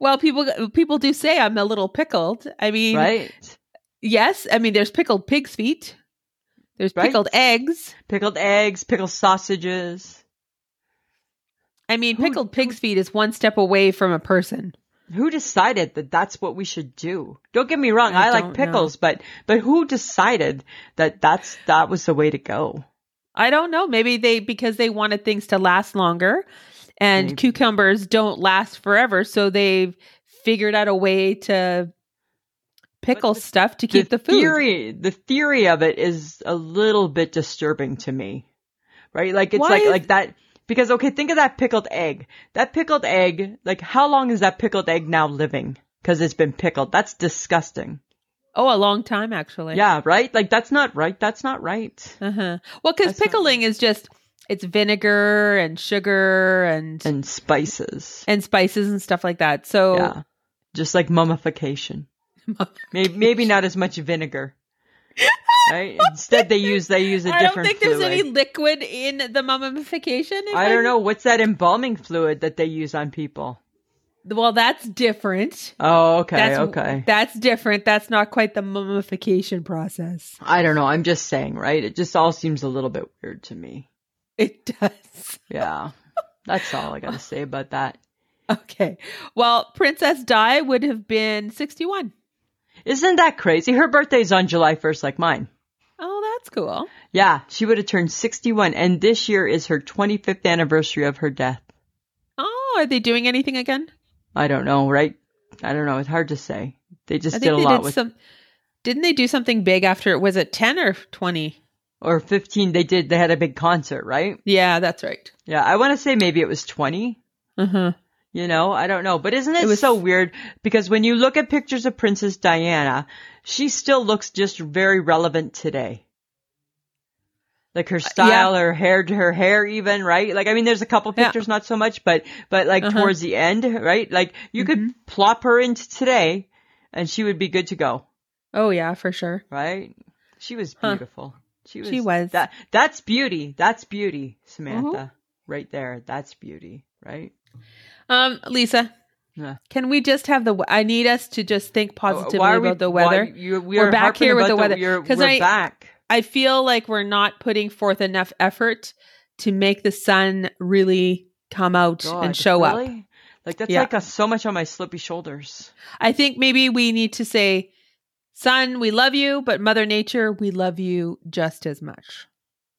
Speaker 1: well, people people do say I'm a little pickled. I mean,
Speaker 2: right?
Speaker 1: yes. I mean, there's pickled pig's feet. There's
Speaker 2: Right.
Speaker 1: pickled eggs.
Speaker 2: Pickled eggs, pickled sausages.
Speaker 1: I mean,
Speaker 2: Who-
Speaker 1: pickled pig's feet is one step away from a person.
Speaker 2: Who decided that that's what we should do? Don't get me wrong,
Speaker 1: I
Speaker 2: I, like
Speaker 1: don't know.
Speaker 2: pickles, but but who decided that that's that was the way to go?
Speaker 1: I don't know. Maybe they because they wanted things to last longer, and
Speaker 2: Maybe.
Speaker 1: cucumbers don't last forever, so they've figured out a way to pickle
Speaker 2: the-
Speaker 1: stuff to keep the, food.
Speaker 2: theory, the theory of it is a little bit disturbing to me, right? Like it's
Speaker 1: Why
Speaker 2: like
Speaker 1: is-
Speaker 2: like that because okay, think of that pickled egg. That pickled egg, like how long is that pickled egg now living? Because it's been pickled. That's disgusting.
Speaker 1: Oh, a long time actually.
Speaker 2: Yeah, right. Like that's not right. That's not right.
Speaker 1: Uh-huh. Well, because
Speaker 2: That's not-
Speaker 1: pickling is just it's vinegar and sugar and, and
Speaker 2: And spices.
Speaker 1: spices and stuff like that. So
Speaker 2: Yeah. Just like mummification. maybe, maybe not as much vinegar. Right? Instead they use they use a
Speaker 1: I
Speaker 2: different
Speaker 1: don't think
Speaker 2: fluid.
Speaker 1: there's any liquid in the mummification. if
Speaker 2: I don't
Speaker 1: I'm-
Speaker 2: know what's that embalming fluid that they use on people.
Speaker 1: Well, that's different.
Speaker 2: Oh, okay,
Speaker 1: That's
Speaker 2: okay.
Speaker 1: That's different. That's not quite the mummification process.
Speaker 2: I don't know. I'm just saying, right? It just all seems a little bit weird to me.
Speaker 1: It does.
Speaker 2: Yeah. That's all I got to say about that.
Speaker 1: Okay. Well, Princess Di would have been 61.
Speaker 2: Isn't that crazy? Her birthday's on July 1st, like mine.
Speaker 1: Oh, that's cool.
Speaker 2: Yeah, she would have turned 61, and this year is her 25th anniversary of her death.
Speaker 1: Oh, are they doing anything again?
Speaker 2: I don't know, right? I don't know. It's hard to say. They just
Speaker 1: I
Speaker 2: did a
Speaker 1: think they
Speaker 2: lot
Speaker 1: did
Speaker 2: with,
Speaker 1: some. Didn't they do something big after? Was it 10 or 20?
Speaker 2: or 15, they did, they had a big concert, right?
Speaker 1: Yeah, that's right.
Speaker 2: Yeah, I want to say maybe it was 20.
Speaker 1: Uh huh.
Speaker 2: You know, I don't know. But isn't it,
Speaker 1: It was-
Speaker 2: so weird? Because when you look at pictures of Princess Diana, she still looks just very relevant today. Like
Speaker 1: Uh,
Speaker 2: her style, her hair, her hair even, right? Like, I mean, there's a couple
Speaker 1: Yeah.
Speaker 2: pictures, not so much, but, but like
Speaker 1: Uh-huh. Mm-hmm.
Speaker 2: towards the end, right? Like you could plop her into today and she would be good to go,
Speaker 1: Oh, yeah, for sure.
Speaker 2: right? She was
Speaker 1: Huh.
Speaker 2: beautiful. She was,
Speaker 1: She was. Mm-hmm.
Speaker 2: that, that's beauty. That's beauty, Samantha, right there. That's beauty, right?
Speaker 1: Um, Lisa,
Speaker 2: Yeah.
Speaker 1: can we just have the? we- I need us to just think positively
Speaker 2: Oh, Why are we-
Speaker 1: about the
Speaker 2: why-
Speaker 1: weather.
Speaker 2: you- we
Speaker 1: We're
Speaker 2: are
Speaker 1: back
Speaker 2: harping
Speaker 1: here with
Speaker 2: about
Speaker 1: the weather.
Speaker 2: You're,
Speaker 1: 'Cause
Speaker 2: we're
Speaker 1: I-
Speaker 2: back.
Speaker 1: I feel like we're not putting forth enough effort to make the sun really come out and show up.
Speaker 2: really? Like that's
Speaker 1: Yeah.
Speaker 2: like a, so much on my slippy shoulders.
Speaker 1: I think maybe we need to say, "Sun, we love you, but Mother Nature, we love you just as much."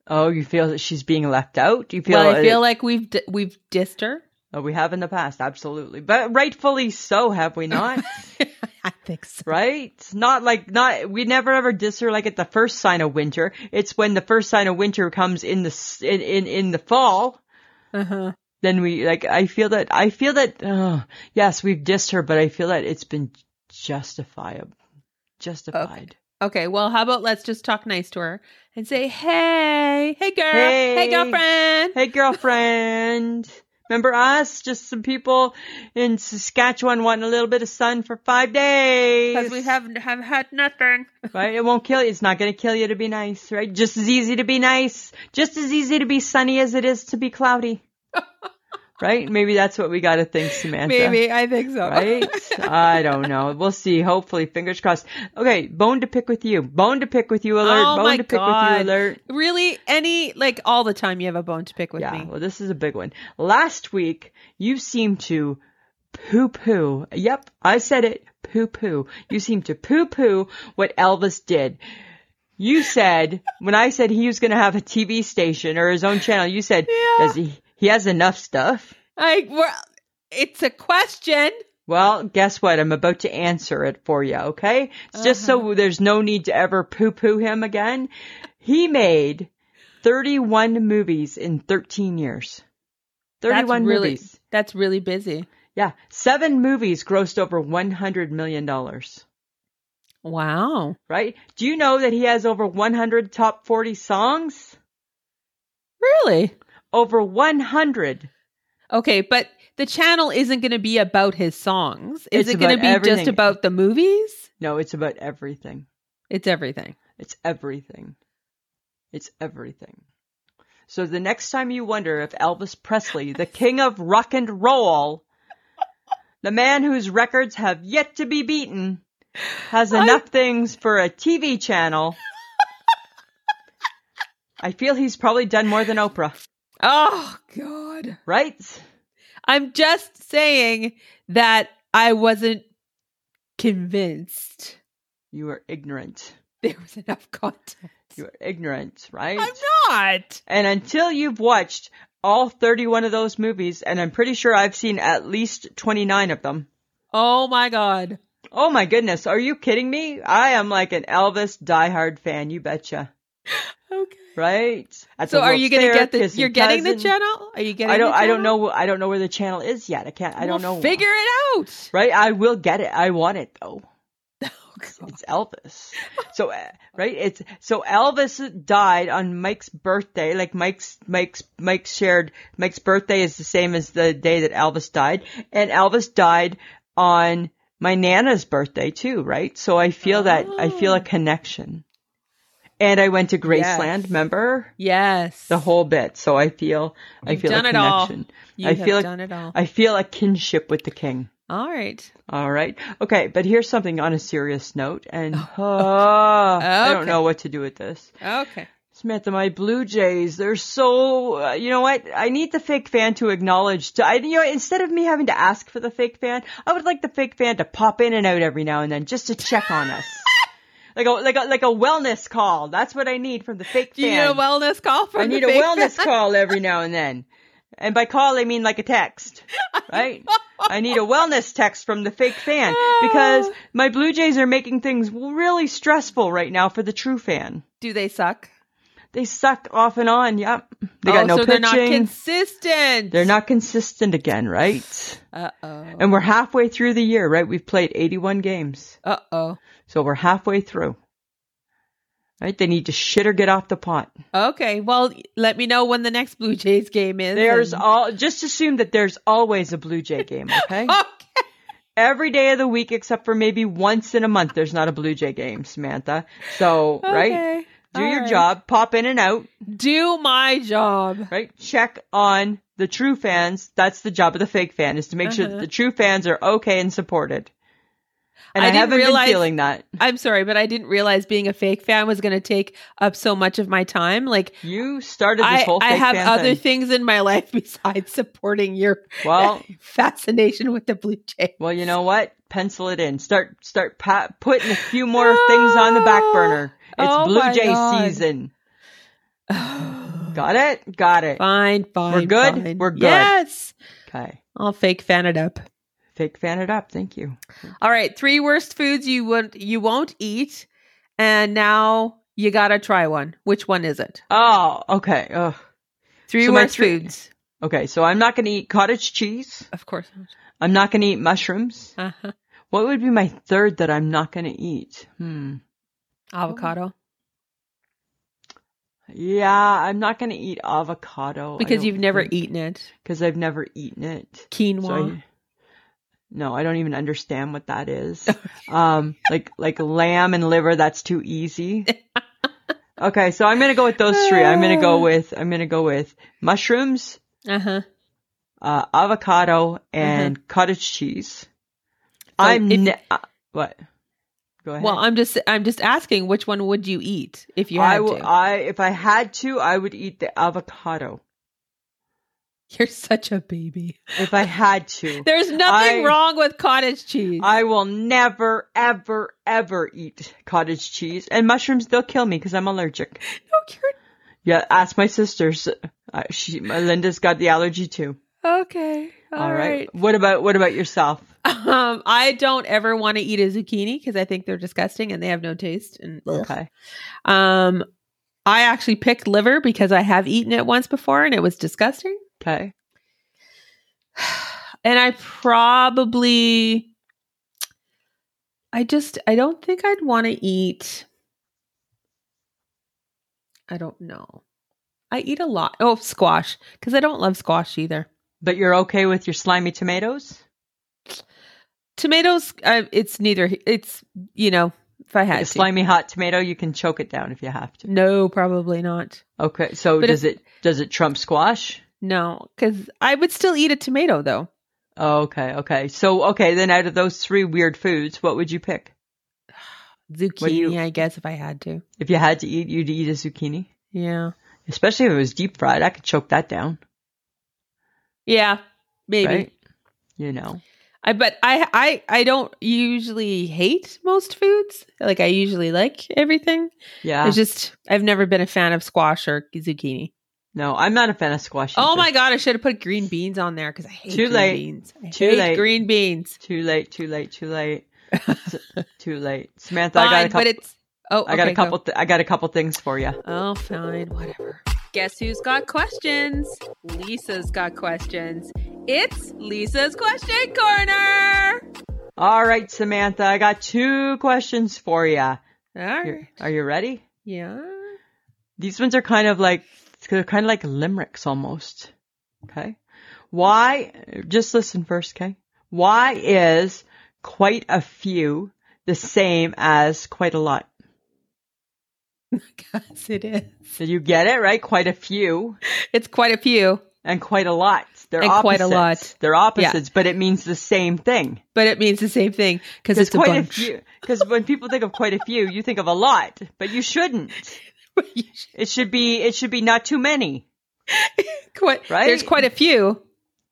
Speaker 2: Oh, you feel that she's being left out? You feel?
Speaker 1: well, I
Speaker 2: it-
Speaker 1: feel like we've di- we've dissed her.
Speaker 2: oh, we have in the past, absolutely, but rightfully so, have we not?
Speaker 1: I think so.
Speaker 2: right? Not like not. We never ever diss her like at the first sign of winter. It's when the first sign of winter comes in the s- in in, in the fall.
Speaker 1: Uh-huh.
Speaker 2: Then we like. I feel that. I feel that. Oh, yes, we've dissed her, but I feel that it's been justifiable. Justified.
Speaker 1: Okay, well, how about let's just talk nice to her and say, "Hey, hey, girl, hey,
Speaker 2: Hey.
Speaker 1: girlfriend."
Speaker 2: Hey, girlfriend. Remember us? Just some people in Saskatchewan wanting a little bit of sun for five days.
Speaker 1: Because we have have had nothing.
Speaker 2: Right? It won't kill you. It's not going to kill you to be nice, right? Just as easy to be nice. Just as easy to be sunny as it is to be cloudy. right? Maybe that's what we got to think, Samantha.
Speaker 1: Maybe I think so.
Speaker 2: uh, Right? I don't know. We'll see. Hopefully, fingers crossed. Okay, bone to pick with you. Bone to pick with you alert.
Speaker 1: Oh
Speaker 2: bone
Speaker 1: my
Speaker 2: to pick with
Speaker 1: God.
Speaker 2: you alert.
Speaker 1: really, any like all the time you have a bone to pick with
Speaker 2: yeah,
Speaker 1: me.
Speaker 2: well, this is a big one. Last week, you seemed to poo poo. Yep, I said it. Poo poo. You seemed to poo poo what Elvis did. You said, when I said he was going to have a TV station or his own channel, you said,
Speaker 1: Yeah.
Speaker 2: does he, he has enough stuff?
Speaker 1: Like, well, it's a question.
Speaker 2: Well, guess what? I'm about to answer it for you, okay? It's just
Speaker 1: Uh-huh.
Speaker 2: so there's no need to ever poo poo him again. He made 31 movies in 13 years. 31
Speaker 1: that's really,
Speaker 2: movies.
Speaker 1: That's really busy.
Speaker 2: Yeah. Seven movies grossed over $100 million,
Speaker 1: Wow.
Speaker 2: right? Do you know that he has over 100 top 40 songs?
Speaker 1: Really?
Speaker 2: Over 100.
Speaker 1: Okay, but the channel isn't going to be about his songs. Is
Speaker 2: It's
Speaker 1: it going to
Speaker 2: about
Speaker 1: be
Speaker 2: everything.
Speaker 1: just about the movies?
Speaker 2: No, it's about everything.
Speaker 1: It's everything.
Speaker 2: It's everything. It's everything. So the next time you wonder if Elvis Presley, the king of rock and roll, the man whose records have yet to be beaten, has
Speaker 1: I-
Speaker 2: enough things for a TV channel, I feel he's probably done more than Oprah,
Speaker 1: Oh God.
Speaker 2: right?
Speaker 1: I'm just saying that I wasn't convinced
Speaker 2: You are ignorant.
Speaker 1: there was enough content.
Speaker 2: You are ignorant, right?
Speaker 1: I'm not.
Speaker 2: And until you've watched all 31 of those movies, and I'm pretty sure I've seen at least 29 of them,
Speaker 1: Oh my God.
Speaker 2: Oh my goodness, are you kidding me? I am like an Elvis diehard fan, you betcha.
Speaker 1: Okay.
Speaker 2: Right? At
Speaker 1: So
Speaker 2: the
Speaker 1: are
Speaker 2: World's
Speaker 1: you gonna
Speaker 2: Fair,
Speaker 1: get the?
Speaker 2: kissing
Speaker 1: You're getting the
Speaker 2: cousin.
Speaker 1: channel? Are you getting?
Speaker 2: I don't.
Speaker 1: The
Speaker 2: I don't
Speaker 1: channel?
Speaker 2: know. I don't know where the channel is yet. I can't. I don't
Speaker 1: Well,
Speaker 2: know.
Speaker 1: Figure it out.
Speaker 2: Right? I will get it. I want it though.
Speaker 1: Oh, God.
Speaker 2: It's Elvis. So uh, right? It's so Elvis died on Mike's birthday. Like Mike's Mike's Mike shared Mike's birthday is the same as the day that Elvis died, and Elvis died on my nana's birthday too, right? So I feel that I feel a
Speaker 1: Oh.
Speaker 2: connection. and I went to Graceland. Remember
Speaker 1: Yes.
Speaker 2: the whole bit? So I feel I
Speaker 1: You've
Speaker 2: feel
Speaker 1: done
Speaker 2: a
Speaker 1: it all.
Speaker 2: connection.
Speaker 1: You
Speaker 2: I
Speaker 1: have
Speaker 2: feel like-
Speaker 1: done it all.
Speaker 2: I feel a kinship with the king.
Speaker 1: all right.
Speaker 2: All right. Okay, but here's something on a serious note, and I don't
Speaker 1: Oh. Okay.
Speaker 2: know what to do with this.
Speaker 1: Okay.
Speaker 2: Samantha, my Blue Jays, they're so, uh, you know what? I need the fake fan to acknowledge, to, I, you know, instead of me having to ask for the fake fan, I would like the fake fan to pop in and out every now and then just to check on us. Like a, like a, like a wellness call. That's what I need from the fake
Speaker 1: Do you
Speaker 2: fan.
Speaker 1: need a wellness call from
Speaker 2: I need
Speaker 1: the
Speaker 2: a
Speaker 1: big-
Speaker 2: wellness call every now and then. And by call, I mean like a text, right? I need a wellness text from the fake fan because my Blue Jays are making things really stressful right now for the true fan.
Speaker 1: Do they suck?
Speaker 2: They suck off and on. Yep. They got
Speaker 1: oh,
Speaker 2: no
Speaker 1: so
Speaker 2: pitching.
Speaker 1: they're not consistent.
Speaker 2: They're not consistent again, right?
Speaker 1: Uh oh.
Speaker 2: And we're halfway through the year, right? We've played 81 games.
Speaker 1: Uh oh.
Speaker 2: So we're halfway through. Right? They need to shit or get off the pot.
Speaker 1: Okay. Well, let me know when the next Blue Jays game is.
Speaker 2: There's
Speaker 1: and-
Speaker 2: all just assume that there's always a Blue Jay game, okay?
Speaker 1: Okay.
Speaker 2: Every day of the week except for maybe once in a month there's not a Blue Jay game, Samantha. So, right?
Speaker 1: Okay.
Speaker 2: Do
Speaker 1: All
Speaker 2: your
Speaker 1: right.
Speaker 2: job, pop in and out,
Speaker 1: Do my job.
Speaker 2: right? Check on the true fans. That's the job of the fake fan is to make sure that
Speaker 1: Uh-huh.
Speaker 2: the true fans are okay and supported. And
Speaker 1: I
Speaker 2: I,
Speaker 1: didn't
Speaker 2: haven't
Speaker 1: realize-
Speaker 2: been feeling that.
Speaker 1: I'm sorry, but I didn't realize being a fake fan was going to take up so much of my time. Like
Speaker 2: You started this
Speaker 1: I,
Speaker 2: whole fake
Speaker 1: I have
Speaker 2: fan
Speaker 1: other
Speaker 2: thing.
Speaker 1: things in my life besides supporting your
Speaker 2: Well,
Speaker 1: fascination with the Blue Jays.
Speaker 2: well, you know what? Pencil it in. Start start pa- putting a few more things on the back burner. It's
Speaker 1: Oh
Speaker 2: Blue
Speaker 1: my
Speaker 2: Jay
Speaker 1: God.
Speaker 2: season.
Speaker 1: fine,
Speaker 2: Got it? Got it.
Speaker 1: fine. We're
Speaker 2: good? We're good.
Speaker 1: Yes.
Speaker 2: Okay.
Speaker 1: I'll fake fan it up.
Speaker 2: Fake fan it up. Thank you.
Speaker 1: All right, three worst foods you won't you won't eat, and now you gotta try one. Which one is it?
Speaker 2: Oh, okay. Ugh.
Speaker 1: Three
Speaker 2: So my
Speaker 1: worst
Speaker 2: three-
Speaker 1: foods,
Speaker 2: Okay, so I'm not going to eat cottage cheese.
Speaker 1: of course.
Speaker 2: I'm not going to eat mushrooms.
Speaker 1: Uh-huh.
Speaker 2: What would be my third that I'm not going to eat? Hmm.
Speaker 1: Avocado,
Speaker 2: Yeah, I'm not going to eat avocado.
Speaker 1: because you've never eaten it.
Speaker 2: Because I've never eaten it.
Speaker 1: Quinoa.
Speaker 2: So I- no, I don't even understand what that is. um, like like lamb and liver, that's too easy. okay, so I'm gonna go with those three. I'm gonna
Speaker 1: Ah.
Speaker 2: go with I'm gonna go with mushrooms,
Speaker 1: Uh huh.
Speaker 2: uh, avocado, and cottage cheese. I'm
Speaker 1: Mm-hmm. if-
Speaker 2: ne- uh, what? Go ahead.
Speaker 1: Well, I'm just I'm just asking which one would you eat if you had
Speaker 2: I will.
Speaker 1: to?
Speaker 2: I if I had to, I would eat the avocado.
Speaker 1: You're such a baby.
Speaker 2: If I had to,
Speaker 1: There's nothing
Speaker 2: I-
Speaker 1: wrong with cottage cheese.
Speaker 2: I will never, ever, ever eat cottage cheese and mushrooms. They'll kill me because I'm allergic.
Speaker 1: no, you're
Speaker 2: Yeah, ask my sisters. Uh, she, my Linda's got the allergy too.
Speaker 1: okay.
Speaker 2: All right. What about what about yourself?
Speaker 1: Um, I don't ever want to eat a zucchini because I think they're disgusting and they have no taste. And
Speaker 2: Okay.
Speaker 1: Um, I actually picked liver because I have eaten it once before and it was disgusting.
Speaker 2: Okay.
Speaker 1: And I probably, I just, I don't think I'd want to eat. I don't know. I eat a lot. Oh, squash because I don't love squash either.
Speaker 2: But you're okay with your slimy tomatoes?
Speaker 1: Tomatoes, uh, it's neither. It's you know, if I had to,
Speaker 2: A slimy hot tomato, you can choke it down if you have to.
Speaker 1: no, probably not.
Speaker 2: Okay. So
Speaker 1: But
Speaker 2: does it does it trump squash?
Speaker 1: No, because I would still eat a tomato though.
Speaker 2: Okay. Okay. So okay, then out of those three weird foods, what would you pick? do
Speaker 1: Zucchini,
Speaker 2: you-
Speaker 1: I guess, if I had to.
Speaker 2: If you had to eat, you'd eat a zucchini,
Speaker 1: Yeah.
Speaker 2: especially if it was deep fried. I could choke that down,
Speaker 1: Yeah, maybe.
Speaker 2: right? You know.
Speaker 1: I but I I I don't usually hate most foods. Like I usually like everything.
Speaker 2: Yeah.
Speaker 1: It's just I've never been a fan of squash or zucchini.
Speaker 2: no, I'm not a fan of squash.
Speaker 1: Oh
Speaker 2: either.
Speaker 1: my god, I should have put green beans on there because I hate
Speaker 2: Too
Speaker 1: green
Speaker 2: late.
Speaker 1: beans. I
Speaker 2: Too
Speaker 1: hate
Speaker 2: late.
Speaker 1: green beans.
Speaker 2: Too late, too late, too late. S- too late. Samantha, I got a
Speaker 1: Fine, but
Speaker 2: couple
Speaker 1: it's oh
Speaker 2: I got
Speaker 1: okay,
Speaker 2: a
Speaker 1: go.
Speaker 2: couple th- I got a couple things for you.
Speaker 1: Oh, fine, whatever. Guess who's got questions? Lisa's got questions. It's Lisa's question corner.
Speaker 2: All right, Samantha, I got two questions for you.
Speaker 1: All right.
Speaker 2: Are you ready?
Speaker 1: Yeah.
Speaker 2: These ones are kind of like they're kind of like limericks almost. Okay? Why just listen first, okay? Why is quite a few the same as quite a lot?
Speaker 1: Because it is.
Speaker 2: Did you get it right? Quite a few
Speaker 1: It's quite a few,
Speaker 2: and quite a lot. They're
Speaker 1: And
Speaker 2: opposites.
Speaker 1: quite a lot.
Speaker 2: They're opposites, but it means the same thing.
Speaker 1: but it means the same thing because
Speaker 2: Because
Speaker 1: it's a
Speaker 2: quite a,
Speaker 1: bunch.
Speaker 2: few. Because when people think of quite a few, you think of a lot, but you shouldn't. It should be. It should be not too many.
Speaker 1: quite,
Speaker 2: Right?
Speaker 1: There's quite a few.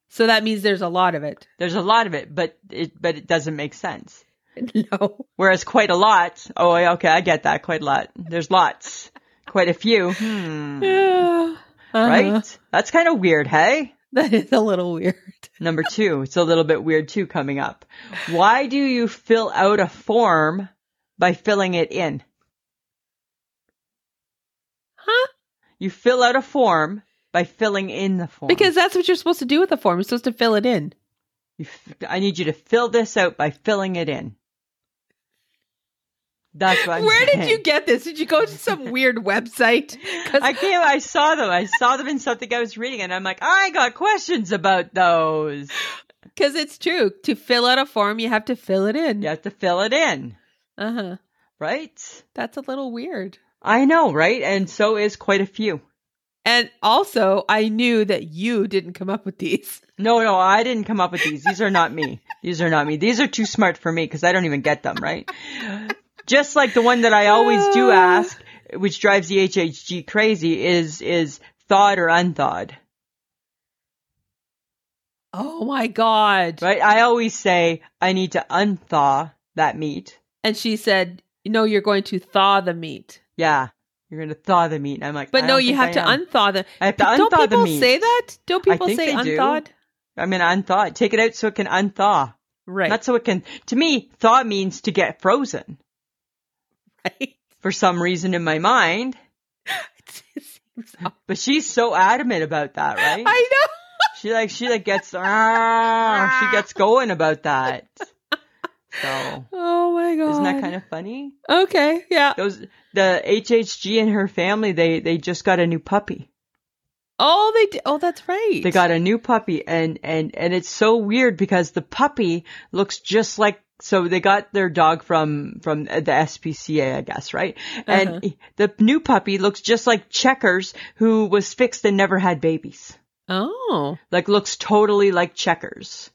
Speaker 1: So that means there's a lot of it.
Speaker 2: There's a lot of it, but it but it doesn't make sense.
Speaker 1: No.
Speaker 2: Whereas quite a lot. Oh, okay, I get that. Quite a lot. There's lots. Quite a few. Hmm.
Speaker 1: Uh-huh.
Speaker 2: Right. That's kind of weird. Hey.
Speaker 1: That is a little weird.
Speaker 2: Number two, it's a little bit weird too coming up. Why do you fill out a form by filling it in?
Speaker 1: Huh?
Speaker 2: You fill out a form by filling in the form.
Speaker 1: Because that's what you're supposed to do with a form. You're supposed to fill it in.
Speaker 2: You f- I need you to fill this out by filling it in. That's what I'm
Speaker 1: Where did
Speaker 2: saying.
Speaker 1: you get this? Did you go to some weird website? 'Cause
Speaker 2: I came. I saw them. I saw them in something I was reading, and I'm like, I got questions about those.
Speaker 1: Because it's true. To fill out a form, you have to fill it in.
Speaker 2: You have to fill it in,
Speaker 1: Uh huh.
Speaker 2: right?
Speaker 1: That's a little weird.
Speaker 2: I know, right? And so is quite a few.
Speaker 1: And also, I knew that you didn't come up with these.
Speaker 2: No, no, I didn't come up with these. These are not me. These are not me. These are too smart for me because I don't even get them, right? Just like the one that I always do ask, which drives the HHG crazy, is is thawed or unthawed,
Speaker 1: Oh my God.
Speaker 2: right? I always say I need to unthaw that meat.
Speaker 1: And she said, No, you're going to thaw the meat.
Speaker 2: Yeah, you're gonna thaw the meat. And I'm like,
Speaker 1: But
Speaker 2: I
Speaker 1: no,
Speaker 2: don't
Speaker 1: you
Speaker 2: think
Speaker 1: have
Speaker 2: I
Speaker 1: to
Speaker 2: am.
Speaker 1: unthaw the
Speaker 2: I have to
Speaker 1: Don't
Speaker 2: unthaw the
Speaker 1: people
Speaker 2: meat.
Speaker 1: say that? Don't people
Speaker 2: think
Speaker 1: say
Speaker 2: they do.
Speaker 1: unthawed?
Speaker 2: I'm gonna unthaw it. Take it out so it can unthaw.
Speaker 1: Right.
Speaker 2: Not so it can. To me, thaw means to get frozen.
Speaker 1: right.
Speaker 2: For some reason in my mind.
Speaker 1: It seems odd.
Speaker 2: But she's so adamant about that, right?
Speaker 1: I know.
Speaker 2: she like she like gets ah, she gets going about that. So
Speaker 1: Oh my God.
Speaker 2: isn't that kind of funny?
Speaker 1: of. Okay. Yeah.
Speaker 2: Those the HHG and her family they they just got a new puppy.
Speaker 1: Oh, they did. Oh, that's right.
Speaker 2: They got a new puppy and and and it's so weird because the puppy looks just like so they got their dog from from the SPCA I guess, right? And the new puppy looks just like Checkers who was fixed and never had babies.
Speaker 1: Oh.
Speaker 2: like looks totally like checkers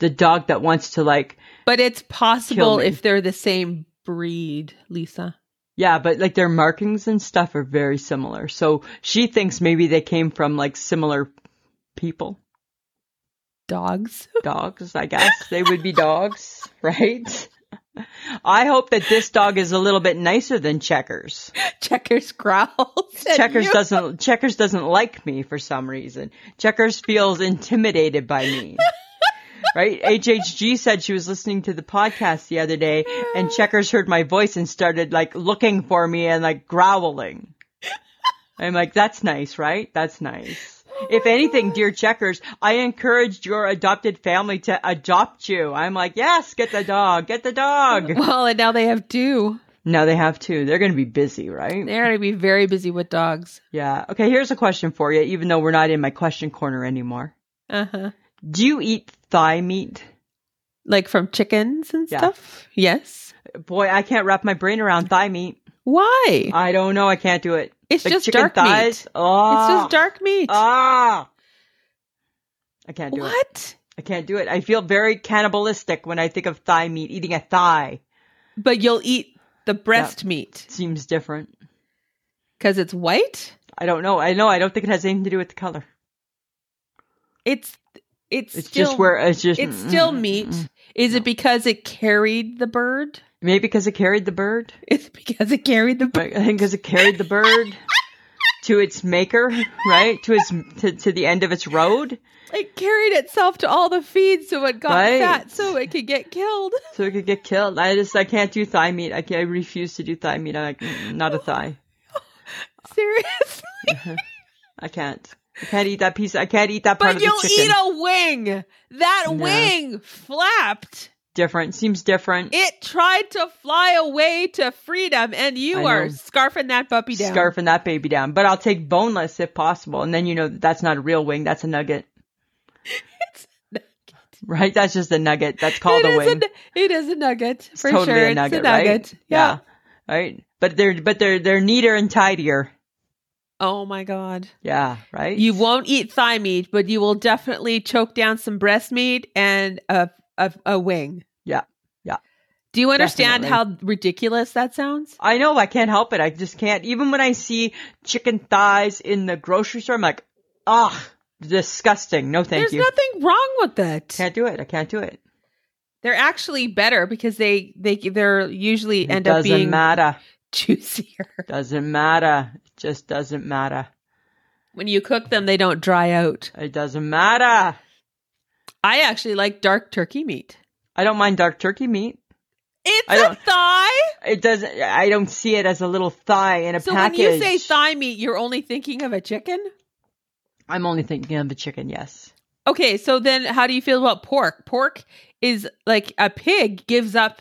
Speaker 2: the dog that wants to like
Speaker 1: But it's possible
Speaker 2: me.
Speaker 1: if they're the same breed, Lisa.
Speaker 2: yeah but like their markings and stuff are very similar so she thinks maybe they came from like similar people
Speaker 1: Dogs.
Speaker 2: dogs i guess they would be dogs right i hope that this dog is a little bit nicer than checkers
Speaker 1: Checkers growls. at
Speaker 2: checkers
Speaker 1: you.
Speaker 2: doesn't checkers doesn't like me for some reason checkers feels intimidated by me right hhg said she was listening to the podcast the other day and checkers heard my voice and started like looking for me and like growling i'm like that's nice right that's nice if anything, dear checkers, I encouraged your adopted family to adopt you. I'm like, yes, get the dog, get the dog.
Speaker 1: Well, and now they have two.
Speaker 2: Now they have to. They're going to be busy, right?
Speaker 1: They're going to be very busy with dogs.
Speaker 2: Yeah. Okay, here's a question for you, even though we're not in my question corner anymore.
Speaker 1: Uh huh.
Speaker 2: Do you eat thigh meat?
Speaker 1: Like from chickens and
Speaker 2: Yeah.
Speaker 1: stuff. Yes.
Speaker 2: Boy, I can't wrap my brain around thigh meat.
Speaker 1: Why?
Speaker 2: I don't know. I can't do it.
Speaker 1: It's just dark meat.
Speaker 2: Oh,
Speaker 1: it's just dark meat.
Speaker 2: Ah. I can't do it.
Speaker 1: what?
Speaker 2: I can't do it. I feel very cannibalistic when I think of thigh meat. Eating a thigh
Speaker 1: But you'll eat the breast meat
Speaker 2: seems different.
Speaker 1: because it's white.
Speaker 2: I don't know. I know. I don't think it has anything to do with the color.
Speaker 1: It's it's,
Speaker 2: It's
Speaker 1: still
Speaker 2: just where it's just
Speaker 1: it's still
Speaker 2: mm, mm,
Speaker 1: meat.
Speaker 2: mm.
Speaker 1: Is it because it carried the bird?
Speaker 2: Maybe because it carried the bird.
Speaker 1: It's because it carried the bird.
Speaker 2: Right, I think because it carried the bird to its maker, right? To its to, to the end of its road,
Speaker 1: It carried itself to all the feeds, so it got
Speaker 2: Right.
Speaker 1: fat, so it could get killed.
Speaker 2: so it could get killed. I just I can't do thigh meat. I can I refuse to do thigh meat. I'm like "Mm, not a thigh.
Speaker 1: Seriously,
Speaker 2: I can't. I can't eat that piece. I can't eat that part
Speaker 1: but
Speaker 2: of the
Speaker 1: you'll
Speaker 2: chicken.
Speaker 1: eat a wing. That
Speaker 2: No.
Speaker 1: wing flapped.
Speaker 2: different seems different.
Speaker 1: It tried to fly away to freedom, and you
Speaker 2: I
Speaker 1: are
Speaker 2: know.
Speaker 1: scarfing that puppy down.
Speaker 2: Scarfing that baby down, but I'll take boneless if possible. And then you know that that's not a real wing. That's a nugget, right? That's just a nugget. That's called
Speaker 1: It
Speaker 2: a
Speaker 1: is
Speaker 2: wing.
Speaker 1: a, it is a nugget
Speaker 2: It's
Speaker 1: for
Speaker 2: totally
Speaker 1: sure.
Speaker 2: a nugget,
Speaker 1: it's a nugget.
Speaker 2: right? Yeah. right? But they're but they're they're neater and tidier.
Speaker 1: Oh my god.
Speaker 2: Yeah, right.
Speaker 1: You won't eat thigh meat, but you will definitely choke down some breast meat and a a, a wing.
Speaker 2: Yeah, yeah.
Speaker 1: Do you understand
Speaker 2: Definitely.
Speaker 1: how ridiculous that sounds?
Speaker 2: I know I can't help it. I just can't. Even when I see chicken thighs in the grocery store, I'm like, ugh, disgusting. No, thank
Speaker 1: There's
Speaker 2: you.
Speaker 1: nothing wrong with that.
Speaker 2: can't do it. I can't do it.
Speaker 1: They're actually better because they they they're usually
Speaker 2: It
Speaker 1: end
Speaker 2: doesn't
Speaker 1: up being
Speaker 2: matter.
Speaker 1: juicier.
Speaker 2: Doesn't matter. It just doesn't matter.
Speaker 1: When you cook them, they don't dry out.
Speaker 2: It doesn't matter.
Speaker 1: I actually like dark turkey meat.
Speaker 2: I don't mind dark turkey meat.
Speaker 1: It's
Speaker 2: I
Speaker 1: a
Speaker 2: don't-
Speaker 1: thigh.
Speaker 2: It doesn't. I don't see it as a little thigh in a
Speaker 1: So
Speaker 2: package.
Speaker 1: when you say thigh meat, you're only thinking of a chicken.
Speaker 2: I'm only thinking of the chicken. Yes.
Speaker 1: Okay, so then how do you feel about pork? Pork is like a pig gives up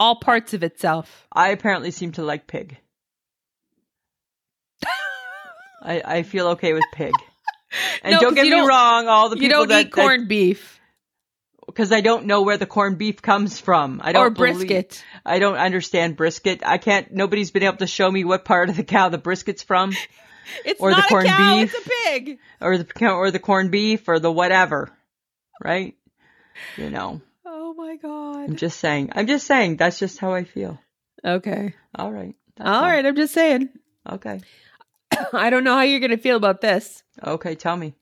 Speaker 1: all parts of itself.
Speaker 2: I apparently seem to like pig. I, I feel okay with pig. And
Speaker 1: No,
Speaker 2: don't
Speaker 1: 'cause
Speaker 2: get
Speaker 1: you
Speaker 2: me
Speaker 1: don't-
Speaker 2: wrong, all the
Speaker 1: you
Speaker 2: people
Speaker 1: don't
Speaker 2: that
Speaker 1: eat corned beef
Speaker 2: because I don't know where the corned beef comes from. I don't
Speaker 1: or
Speaker 2: believe-
Speaker 1: brisket.
Speaker 2: I don't understand brisket. I can't. Nobody's been able to show me what part of the cow the brisket's from,
Speaker 1: It's
Speaker 2: or the
Speaker 1: not a
Speaker 2: corned
Speaker 1: cow,
Speaker 2: beef.
Speaker 1: it's a pig.
Speaker 2: or the cow- or the corned beef, or the whatever. Right? You know.
Speaker 1: Oh my
Speaker 2: I'm
Speaker 1: god.
Speaker 2: just saying. I'm just saying. That's just how I feel.
Speaker 1: Okay.
Speaker 2: All right. That's
Speaker 1: All right, I'm just saying.
Speaker 2: Okay.
Speaker 1: I don't know how you're going to feel about this.
Speaker 2: Okay. Tell me.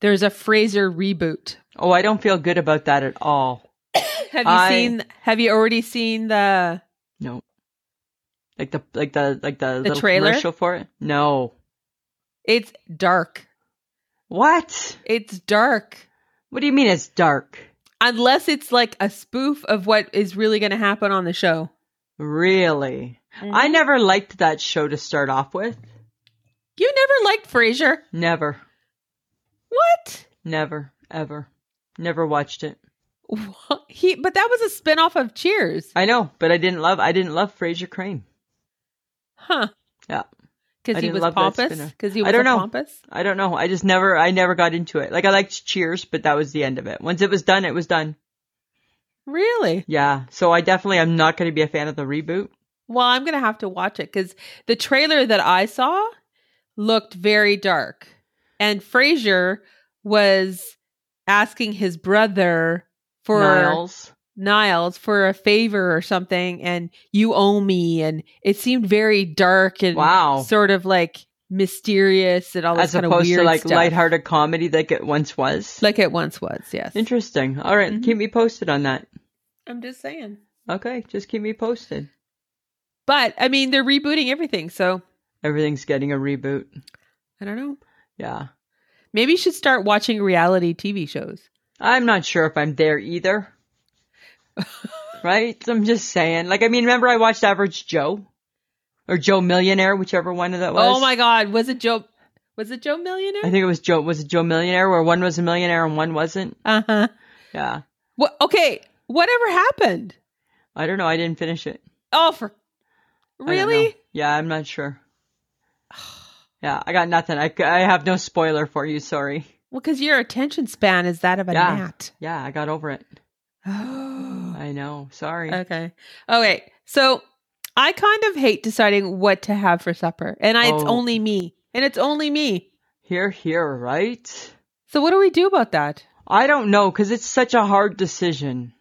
Speaker 1: There's a Fraser reboot.
Speaker 2: Oh, I don't feel good about that at all.
Speaker 1: Have you
Speaker 2: I-
Speaker 1: seen have you already seen the
Speaker 2: No. Like the like the like the, little
Speaker 1: trailer?
Speaker 2: commercial for it. No.
Speaker 1: it's dark.
Speaker 2: What?
Speaker 1: It's dark.
Speaker 2: What do you mean it's dark?
Speaker 1: Unless it's like a spoof of what is really going to happen on the show.
Speaker 2: Really? I
Speaker 1: Mm-hmm.
Speaker 2: never liked that show to start off with.
Speaker 1: You never liked Frasier.
Speaker 2: Never,
Speaker 1: What?
Speaker 2: never, ever, never watched it.
Speaker 1: What? He but that was a spin-off of Cheers.
Speaker 2: I know, but I didn't love. I didn't love Fraser Crane.
Speaker 1: Huh.
Speaker 2: Yeah. I
Speaker 1: Cuz he
Speaker 2: didn't
Speaker 1: was
Speaker 2: love that
Speaker 1: pompous
Speaker 2: spin-off.
Speaker 1: cuz he
Speaker 2: I
Speaker 1: was
Speaker 2: don't
Speaker 1: a
Speaker 2: know.
Speaker 1: pompous.
Speaker 2: I don't know. I just never. I never got into it. Like I liked Cheers, but that was the end of it. Once it was done, it was done.
Speaker 1: Really?
Speaker 2: Yeah. So I definitely am not going to be a fan of the reboot.
Speaker 1: Well, I'm going to have to watch it cuz the trailer that I saw looked very dark. And Frasier was asking his brother for
Speaker 2: Niles.
Speaker 1: Niles for a favor or something and you owe me and it seemed very dark and
Speaker 2: Wow.
Speaker 1: sort of like mysterious and all this
Speaker 2: As
Speaker 1: kind of
Speaker 2: opposed
Speaker 1: weird
Speaker 2: to like
Speaker 1: stuff.
Speaker 2: lighthearted comedy like it once was.
Speaker 1: like it once was yes
Speaker 2: Interesting. All right,
Speaker 1: Mhm.
Speaker 2: keep me posted on that.
Speaker 1: i'm just saying
Speaker 2: Okay, just keep me posted.
Speaker 1: but i mean they're rebooting everything so
Speaker 2: Everything's getting a reboot.
Speaker 1: i don't know
Speaker 2: Yeah.
Speaker 1: maybe you should start watching reality tv shows
Speaker 2: I'm not sure if I'm there either. right? I'm just saying. Like, I mean, remember I watched Average Joe? Or Joe Millionaire, whichever one that was.
Speaker 1: oh my god was it joe was it joe millionaire
Speaker 2: I think it was Joe. Was it Joe Millionaire where one was a millionaire and one wasn't?
Speaker 1: uh-huh
Speaker 2: Yeah.
Speaker 1: what okay whatever happened
Speaker 2: I don't know. I didn't finish it.
Speaker 1: oh for
Speaker 2: I don't know.
Speaker 1: really
Speaker 2: Yeah, I'm not sure. Yeah, I got nothing. I, c- I have no spoiler for you. Sorry.
Speaker 1: well because your attention span is that of a
Speaker 2: Yeah.
Speaker 1: gnat
Speaker 2: Yeah, I got over it.
Speaker 1: Oh.
Speaker 2: I know. Sorry.
Speaker 1: Okay. All right. So I kind of hate deciding what to have for supper, and I, it's
Speaker 2: Oh.
Speaker 1: only me, and it's only me.
Speaker 2: here, here, right?
Speaker 1: So what do we do about that?
Speaker 2: I don't know because it's such a hard decision.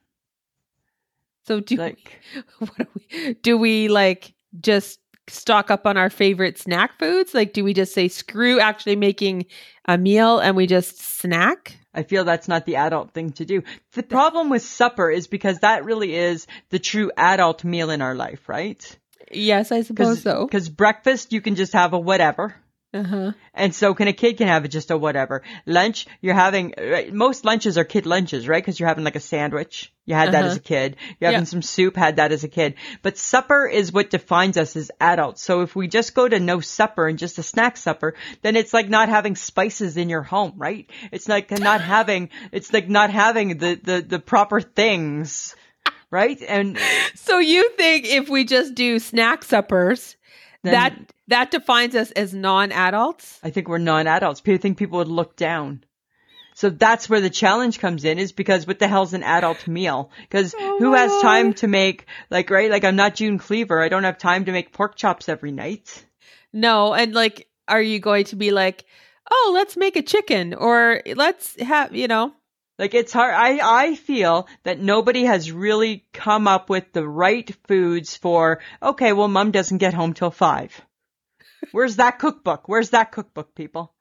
Speaker 1: So do
Speaker 2: Like,
Speaker 1: what do we do? We like just stock up on our favorite snack foods. Like, do we just say screw actually making a meal and we just snack?
Speaker 2: I feel that's not the adult thing to do. The problem with supper is because that really is the true adult meal in our life, right?
Speaker 1: Yes, I suppose
Speaker 2: Because
Speaker 1: so.
Speaker 2: breakfast, you can just have a whatever.
Speaker 1: Uh huh.
Speaker 2: And so can a kid can have just a whatever. Lunch, you're having, right, most lunches are kid lunches, right? Cause you're having like a sandwich. You had that
Speaker 1: Uh-huh.
Speaker 2: as a kid. You're having
Speaker 1: Yeah.
Speaker 2: some soup, had that as a kid. But supper is what defines us as adults. So if we just go to no supper and just a snack supper, then it's like not having spices in your home, right? It's like not having, it's like not having the, the, the proper things, right? And
Speaker 1: So you think if we just do snack suppers,
Speaker 2: then
Speaker 1: that that defines us as non-adults?
Speaker 2: I think we're non-adults. People think people would look down. So that's where the challenge comes in is because what the hell's an adult meal? Because
Speaker 1: Oh
Speaker 2: who
Speaker 1: my
Speaker 2: has
Speaker 1: God.
Speaker 2: time to make like, right? Like I'm not June Cleaver. I don't have time to make pork chops every night.
Speaker 1: No, and like, are you going to be like, oh, let's make a chicken or let's have, you know,
Speaker 2: Like it's hard. I, I feel that nobody has really come up with the right foods for, okay, well, mom doesn't get home till five. Where's that cookbook? Where's that cookbook, people?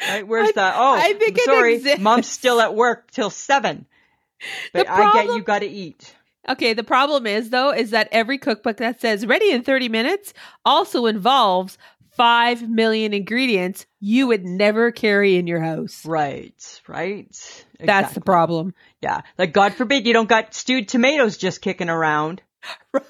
Speaker 2: Right? Where's
Speaker 1: I-
Speaker 2: the, oh,
Speaker 1: I think it
Speaker 2: sorry,
Speaker 1: exists.
Speaker 2: mom's still at work till seven.
Speaker 1: The
Speaker 2: But I get
Speaker 1: problem-
Speaker 2: you gotta eat.
Speaker 1: Okay, the problem is though is that every cookbook that says ready in 30 minutes also involves 5 million ingredients you would never carry in your house.
Speaker 2: Right, right.
Speaker 1: That's the
Speaker 2: Exactly.
Speaker 1: problem.
Speaker 2: Yeah. Like, God forbid you don't got stewed tomatoes just kicking around,
Speaker 1: Right.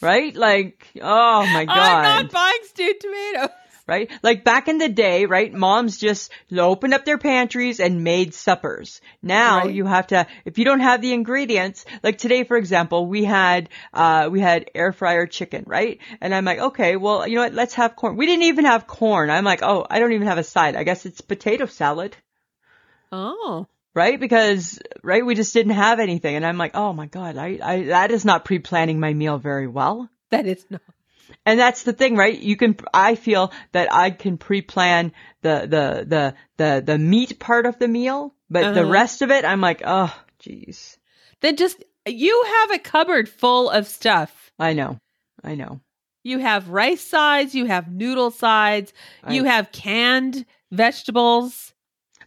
Speaker 2: right? Like, oh my God.
Speaker 1: I'm not buying stewed tomatoes.
Speaker 2: right? Like back in the day, right? Moms just opened up their pantries and made suppers. Now
Speaker 1: Right.
Speaker 2: you have to, if you don't have the ingredients, like today, for example, we had, uh, we had air fryer chicken, right? And I'm like, okay, well, you know what? Let's have corn. We didn't even have corn. I'm like, oh, I don't even have a side. I guess it's potato salad.
Speaker 1: Oh.
Speaker 2: Right? Because, right, we just didn't have anything. And I'm like, oh my God, I, I, that is not pre-planning my meal very well.
Speaker 1: That is not.
Speaker 2: And that's the thing, right? You can, I feel that I can pre-plan the, the, the, the, the meat part of the meal, but the
Speaker 1: Uh-huh.
Speaker 2: rest of it, I'm like, oh, jeez.
Speaker 1: Then just you have a cupboard full of stuff.
Speaker 2: I know. I know.
Speaker 1: You have rice sides, you have noodle sides, you
Speaker 2: I-
Speaker 1: have canned vegetables.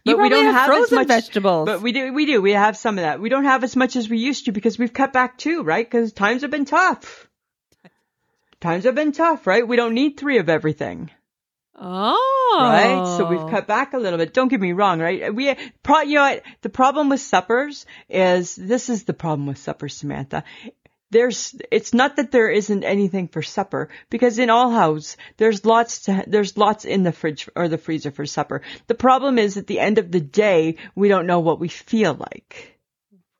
Speaker 1: You
Speaker 2: But we
Speaker 1: probably
Speaker 2: don't have as
Speaker 1: frozen
Speaker 2: much-
Speaker 1: vegetables.
Speaker 2: But we do, we do, we have some of that. We don't have as much as we used to because we've cut back too, right? Cause times have been tough. Times have been tough, right? We don't need three of everything.
Speaker 1: oh.
Speaker 2: right? So we've cut back a little bit. Don't get me wrong, right? We, pro, you know, what? the problem with suppers is this is the problem with suppers, Samantha. There's, it's not that there isn't anything for supper because in all house there's lots to, there's lots in the fridge or the freezer for supper. The problem is at the end of the day we don't know what we feel like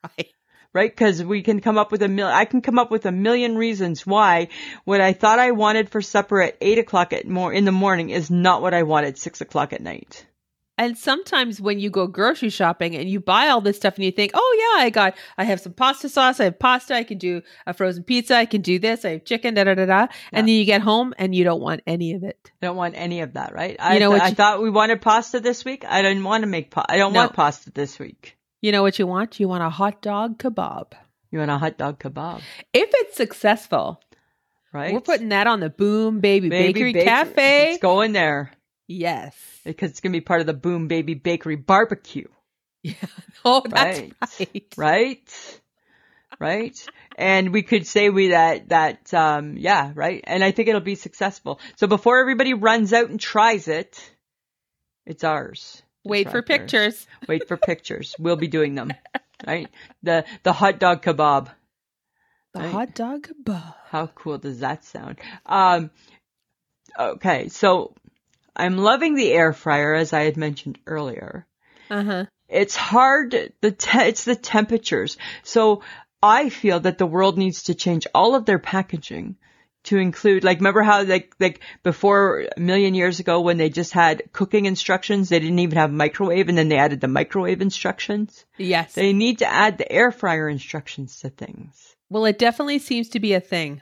Speaker 1: Right.
Speaker 2: right? Because we can come up with a mil. I can come up with a million reasons why what I thought I wanted for supper at eight o'clock at more in the morning is not what I want at six o'clock at night.
Speaker 1: And sometimes when you go grocery shopping and you buy all this stuff and you think, oh yeah, I got, I have some pasta sauce, I have pasta, I can do a frozen pizza, I can do this, I have chicken, da da da da. And then you get home and you don't want any of it.
Speaker 2: I don't want any of that, right? I,
Speaker 1: You know
Speaker 2: th-
Speaker 1: what
Speaker 2: I
Speaker 1: you-
Speaker 2: thought we wanted pasta this week. I didn't want to make pa- I don't
Speaker 1: No.
Speaker 2: want pasta this week.
Speaker 1: You know what you want? You want a hot dog kebab.
Speaker 2: You want a hot dog kebab,
Speaker 1: If it's successful,
Speaker 2: right?
Speaker 1: we're putting that on the Boom Baby, Bakery,
Speaker 2: Bakery.
Speaker 1: Cafe.
Speaker 2: It's going there
Speaker 1: yes.
Speaker 2: because it's going to be part of the Boom Baby Bakery barbecue.
Speaker 1: Oh, that's
Speaker 2: Right.
Speaker 1: right.
Speaker 2: right right and we could say we that that um yeah right and i think it'll be successful so before everybody runs out and tries it it's ours
Speaker 1: Wait
Speaker 2: It's
Speaker 1: for
Speaker 2: right there.
Speaker 1: pictures.
Speaker 2: wait for pictures we'll be doing them right the the hot dog kebab
Speaker 1: The
Speaker 2: Right.
Speaker 1: hot dog kebab.
Speaker 2: how cool does that sound um okay so i'm loving the air fryer as i had mentioned earlier
Speaker 1: Uh
Speaker 2: Uh-huh.
Speaker 1: huh.
Speaker 2: it's hard the te- it's the temperatures so i feel that the world needs to change all of their packaging to include like remember how like like before a million years ago when they just had cooking instructions they didn't even have microwave and then they added the microwave instructions
Speaker 1: Yes.
Speaker 2: they need to add the air fryer instructions to things
Speaker 1: well, it definitely seems to be a thing.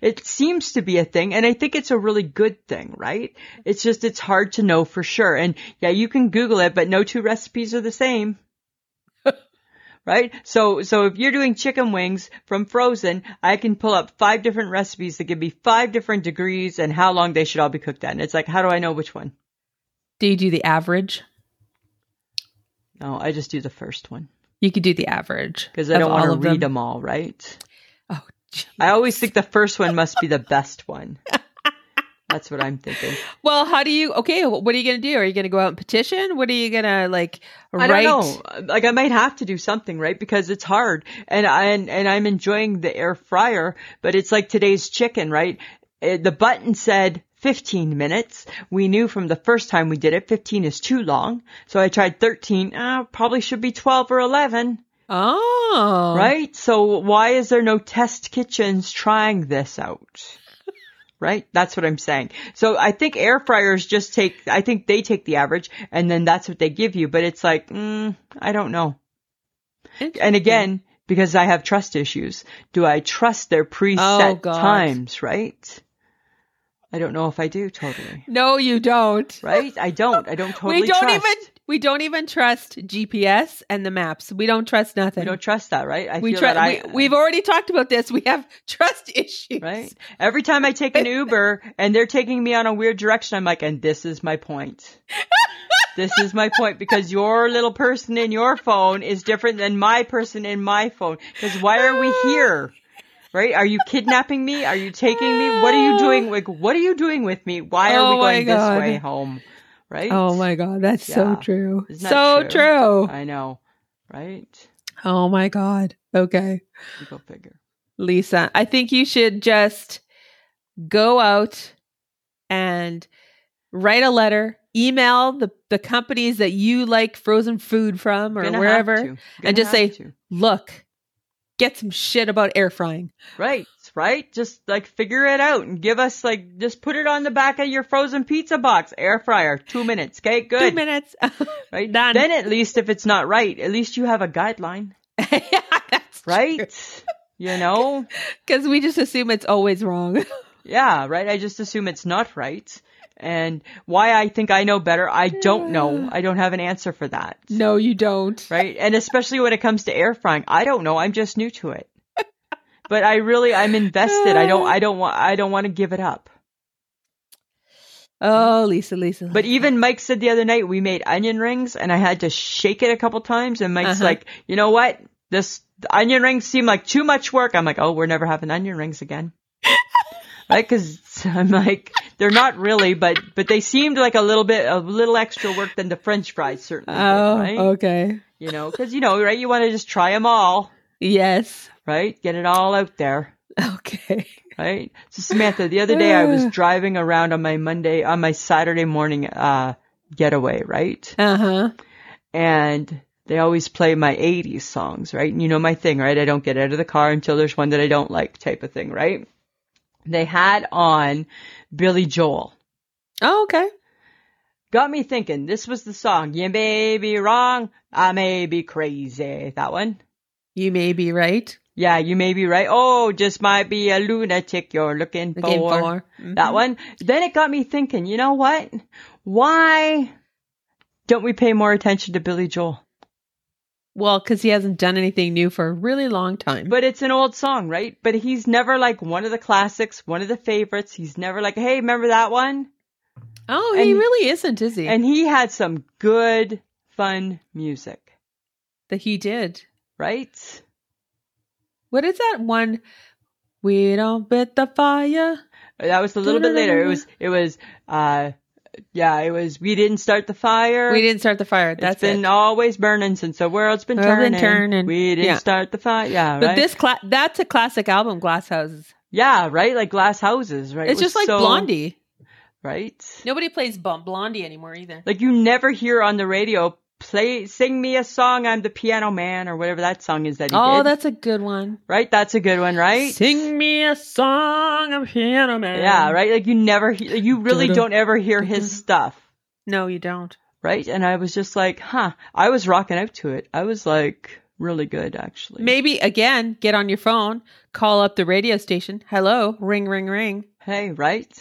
Speaker 2: it seems to be a thing and i think it's a really good thing right it's just it's hard to know for sure and yeah you can google it but no two recipes are the same right so so if you're doing chicken wings from frozen i can pull up five different recipes that give me five different degrees and how long they should all be cooked at and it's like how do i know which one
Speaker 1: Do you do the average?
Speaker 2: no i just do the first one
Speaker 1: You could do the average
Speaker 2: because i don't want to read them.
Speaker 1: them.
Speaker 2: all right
Speaker 1: Oh, gee.
Speaker 2: i always think the first one must be the best one that's what i'm thinking
Speaker 1: well, how do you? Okay, wh- what are you going to do? Are you going to go out and petition? What are you going to like?
Speaker 2: I
Speaker 1: Write?
Speaker 2: don't know. Like I might have to do something, right? Because it's hard, and I and, and I'm enjoying the air fryer, but it's like today's chicken, right? Eh, The button said 15 minutes. We knew from the first time we did it, 15 is too long. So I tried 13. Ah, probably should be 12 or 11,
Speaker 1: Oh,
Speaker 2: right? So why is there no test kitchens trying this out? right? That's what I'm saying. So I think air fryers just take, I think they take the average and then that's what they give you. But it's like, mm, I don't know. And again, because I have trust issues, do I trust their preset
Speaker 1: Oh, God.
Speaker 2: times, right? I don't know if I do totally.
Speaker 1: no, you don't.
Speaker 2: Right? I don't. I don't totally
Speaker 1: we don't
Speaker 2: trust.
Speaker 1: even we don't even trust GPS and the maps. We don't trust nothing.
Speaker 2: we don't trust that, right? I
Speaker 1: we
Speaker 2: feel
Speaker 1: tru-
Speaker 2: that I,
Speaker 1: we, have already talked about this. We have trust issues.
Speaker 2: right? Every time I take an Uber and they're taking me on a weird direction, I'm like, and this is my point. this is my point because your little person in your phone is different than my person in my phone. Because why are we here? Right? Are you kidnapping me? Are you taking me? What are you doing? Like, what are you doing with me? Why are
Speaker 1: Oh
Speaker 2: we
Speaker 1: my
Speaker 2: going
Speaker 1: God.
Speaker 2: this way home? Right?
Speaker 1: Oh my god, that's so
Speaker 2: Yeah.
Speaker 1: true.
Speaker 2: Isn't
Speaker 1: So
Speaker 2: that
Speaker 1: true.
Speaker 2: I know. Right?
Speaker 1: Oh my god. Okay.
Speaker 2: You go figure.
Speaker 1: Lisa, I think you should just go out and write a letter, email the, the companies that you like frozen food from or
Speaker 2: Gonna have to.
Speaker 1: wherever.
Speaker 2: Gonna
Speaker 1: just
Speaker 2: have
Speaker 1: say,
Speaker 2: to.
Speaker 1: Look, get some shit about air frying.
Speaker 2: Right, right. Just like figure it out and give us like just put it on the back of your frozen pizza box, air fryer, two minutes. Okay, good.
Speaker 1: Two minutes.
Speaker 2: right.
Speaker 1: done.
Speaker 2: Then at least if it's not right, at least you have a guideline,
Speaker 1: yeah, that's
Speaker 2: right? you know?
Speaker 1: Because we just assume it's always wrong.
Speaker 2: Yeah, right. I just assume it's not right. And why I think I know better, I don't know. I don't have an answer for that.
Speaker 1: no, you don't.
Speaker 2: Right? And especially when it comes to air frying, I don't know. I'm just new to it. But I really I'm invested. I don't I don't want I don't want to give it up.
Speaker 1: Oh, Lisa, Lisa.
Speaker 2: But even Mike said the other night we made onion rings and I had to shake it a couple times and Mike's
Speaker 1: Uh-huh.
Speaker 2: like, you know what? This the onion rings seem like too much work. I'm like, oh, we're never having onion rings again. right? Cause I'm like, they're not really, but, but they seemed like a little bit, a little extra work than the french fries certainly did,
Speaker 1: oh,
Speaker 2: right?
Speaker 1: okay.
Speaker 2: You know, cause you know, right? You want to just try them all,
Speaker 1: Yes.
Speaker 2: right? Get it all out there.
Speaker 1: Okay.
Speaker 2: Right. So Samantha, the other day I was driving around on my Monday, on my Saturday morning, uh, getaway, right?
Speaker 1: Uh huh.
Speaker 2: and they always play my 80s songs, right? And you know my thing, right? I don't get out of the car until there's one that I don't like type of thing, right? They had on Billy Joel.
Speaker 1: Oh, okay.
Speaker 2: Got me thinking, this was the song, You May Be Wrong, I May Be Crazy. That one?
Speaker 1: You may be right.
Speaker 2: Yeah, you may be right. Oh, just might be a lunatic you're looking
Speaker 1: The
Speaker 2: for.
Speaker 1: game Mm-hmm. 4
Speaker 2: That one. Then it got me thinking, you know what? Why don't we pay more attention to Billy Joel?
Speaker 1: Well, because he hasn't done anything new for a really long time.
Speaker 2: But it's an old song, right? But he's never like one of the classics, one of the favorites. He's never like, hey, remember that one?
Speaker 1: oh, he
Speaker 2: and-
Speaker 1: really isn't, is he?
Speaker 2: And he had some good, fun music,
Speaker 1: that he did.
Speaker 2: right?
Speaker 1: What is that one? We don't bet the fire.
Speaker 2: That was a little bit later. It was, it was, uh, yeah, it was, we didn't start the fire.
Speaker 1: We didn't start the fire.
Speaker 2: It's
Speaker 1: That's
Speaker 2: been
Speaker 1: it.
Speaker 2: always burning since the world's been
Speaker 1: World's been
Speaker 2: turning.
Speaker 1: turning.
Speaker 2: We didn't
Speaker 1: Yeah.
Speaker 2: start the fire. Yeah,
Speaker 1: but
Speaker 2: right.
Speaker 1: this cla- that's a classic album, Glass Houses.
Speaker 2: yeah, right. Like glass houses, right? It
Speaker 1: it's
Speaker 2: was
Speaker 1: just like
Speaker 2: so-
Speaker 1: Blondie.
Speaker 2: right?
Speaker 1: Nobody plays Bum- Blondie anymore either.
Speaker 2: Like you never hear on the radio, play, sing me a song. I'm the piano man or whatever that song is that he
Speaker 1: Oh,
Speaker 2: did.
Speaker 1: that's a good one.
Speaker 2: right. That's a good one, right?
Speaker 1: Sing me a song, I'm piano man.
Speaker 2: yeah, right. Like you never, he- like, you really
Speaker 1: Da-da.
Speaker 2: don't ever hear his stuff,
Speaker 1: No, you don't.
Speaker 2: right? And I was just like, huh. I was rocking out to it. I was like, really good actually.
Speaker 1: Maybe again, get on your phone, call up the radio station. Hello, ring, ring, ring.
Speaker 2: hey, right?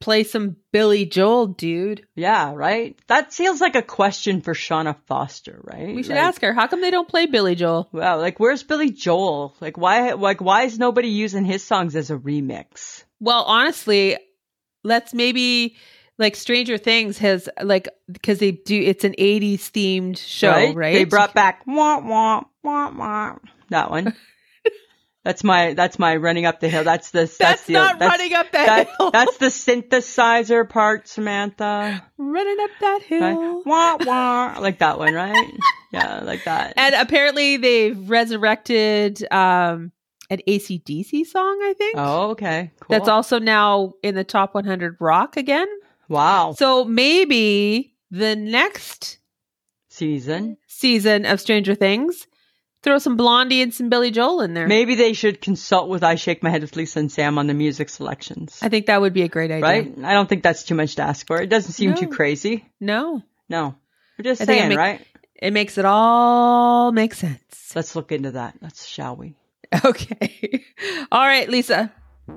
Speaker 1: Play some Billy Joel, dude.
Speaker 2: Yeah, right. That feels like a question for Shauna Foster, right?
Speaker 1: We should
Speaker 2: Like,
Speaker 1: ask her. How come they don't play Billy Joel?
Speaker 2: Wow, like where's Billy Joel? Like why? Like why is nobody using his songs as a remix?
Speaker 1: Well, honestly, let's maybe like Stranger Things has like because they do it's an 80s themed show, right?
Speaker 2: They brought back womp womp womp womp. That one. that's my that's my running up the hill. That's the that's,
Speaker 1: that's,
Speaker 2: the,
Speaker 1: not
Speaker 2: that's,
Speaker 1: running up that,
Speaker 2: that,
Speaker 1: hill.
Speaker 2: that's the synthesizer part, Samantha.
Speaker 1: running up that
Speaker 2: Right?
Speaker 1: hill.
Speaker 2: Wah wah, like that one, right? Yeah, like that.
Speaker 1: And apparently they've resurrected um an ACDC song, I think.
Speaker 2: Oh, okay, cool.
Speaker 1: That's also now in the top 100 rock again.
Speaker 2: Wow,
Speaker 1: So maybe the next
Speaker 2: season.
Speaker 1: season of Stranger Things, Throw some Blondie and some Billy Joel in there.
Speaker 2: Maybe they should consult with I Shake My Head with Lisa and Sam on the music selections.
Speaker 1: I think that would be a great idea.
Speaker 2: Right? I don't think that's too much to ask for. It doesn't seem too
Speaker 1: No.
Speaker 2: crazy.
Speaker 1: No,
Speaker 2: No. We're just
Speaker 1: I think it
Speaker 2: saying,
Speaker 1: make-
Speaker 2: right?
Speaker 1: it makes it all make sense.
Speaker 2: Let's look into that. Let's, shall we?
Speaker 1: Okay. All right, Lisa.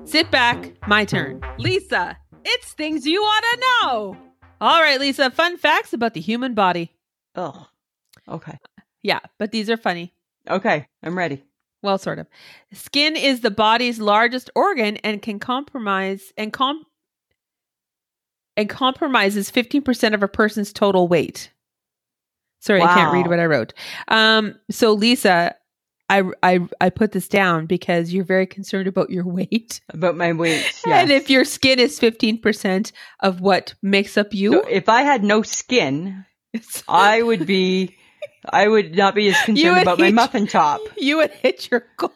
Speaker 1: Sit back. My turn. Lisa, it's things you want to know. All right, Lisa. Fun facts about the human body.
Speaker 2: Oh. Okay.
Speaker 1: Yeah, but these are funny.
Speaker 2: Okay. I'm ready.
Speaker 1: Well, sort of. Skin is the body's largest organ and can compromise and com and compromises 15% of a person's total weight. Sorry, I can't read
Speaker 2: Wow.
Speaker 1: what I wrote. Um so Lisa, I I I put this down because you're very concerned about your weight.
Speaker 2: About my weight.
Speaker 1: And if your skin is 15% of what makes up you,
Speaker 2: So if I had no skin,
Speaker 1: it's-
Speaker 2: I would be, I would not be as
Speaker 1: You
Speaker 2: concerned
Speaker 1: would
Speaker 2: about my
Speaker 1: hate-
Speaker 2: muffin top,
Speaker 1: you would hit your goal.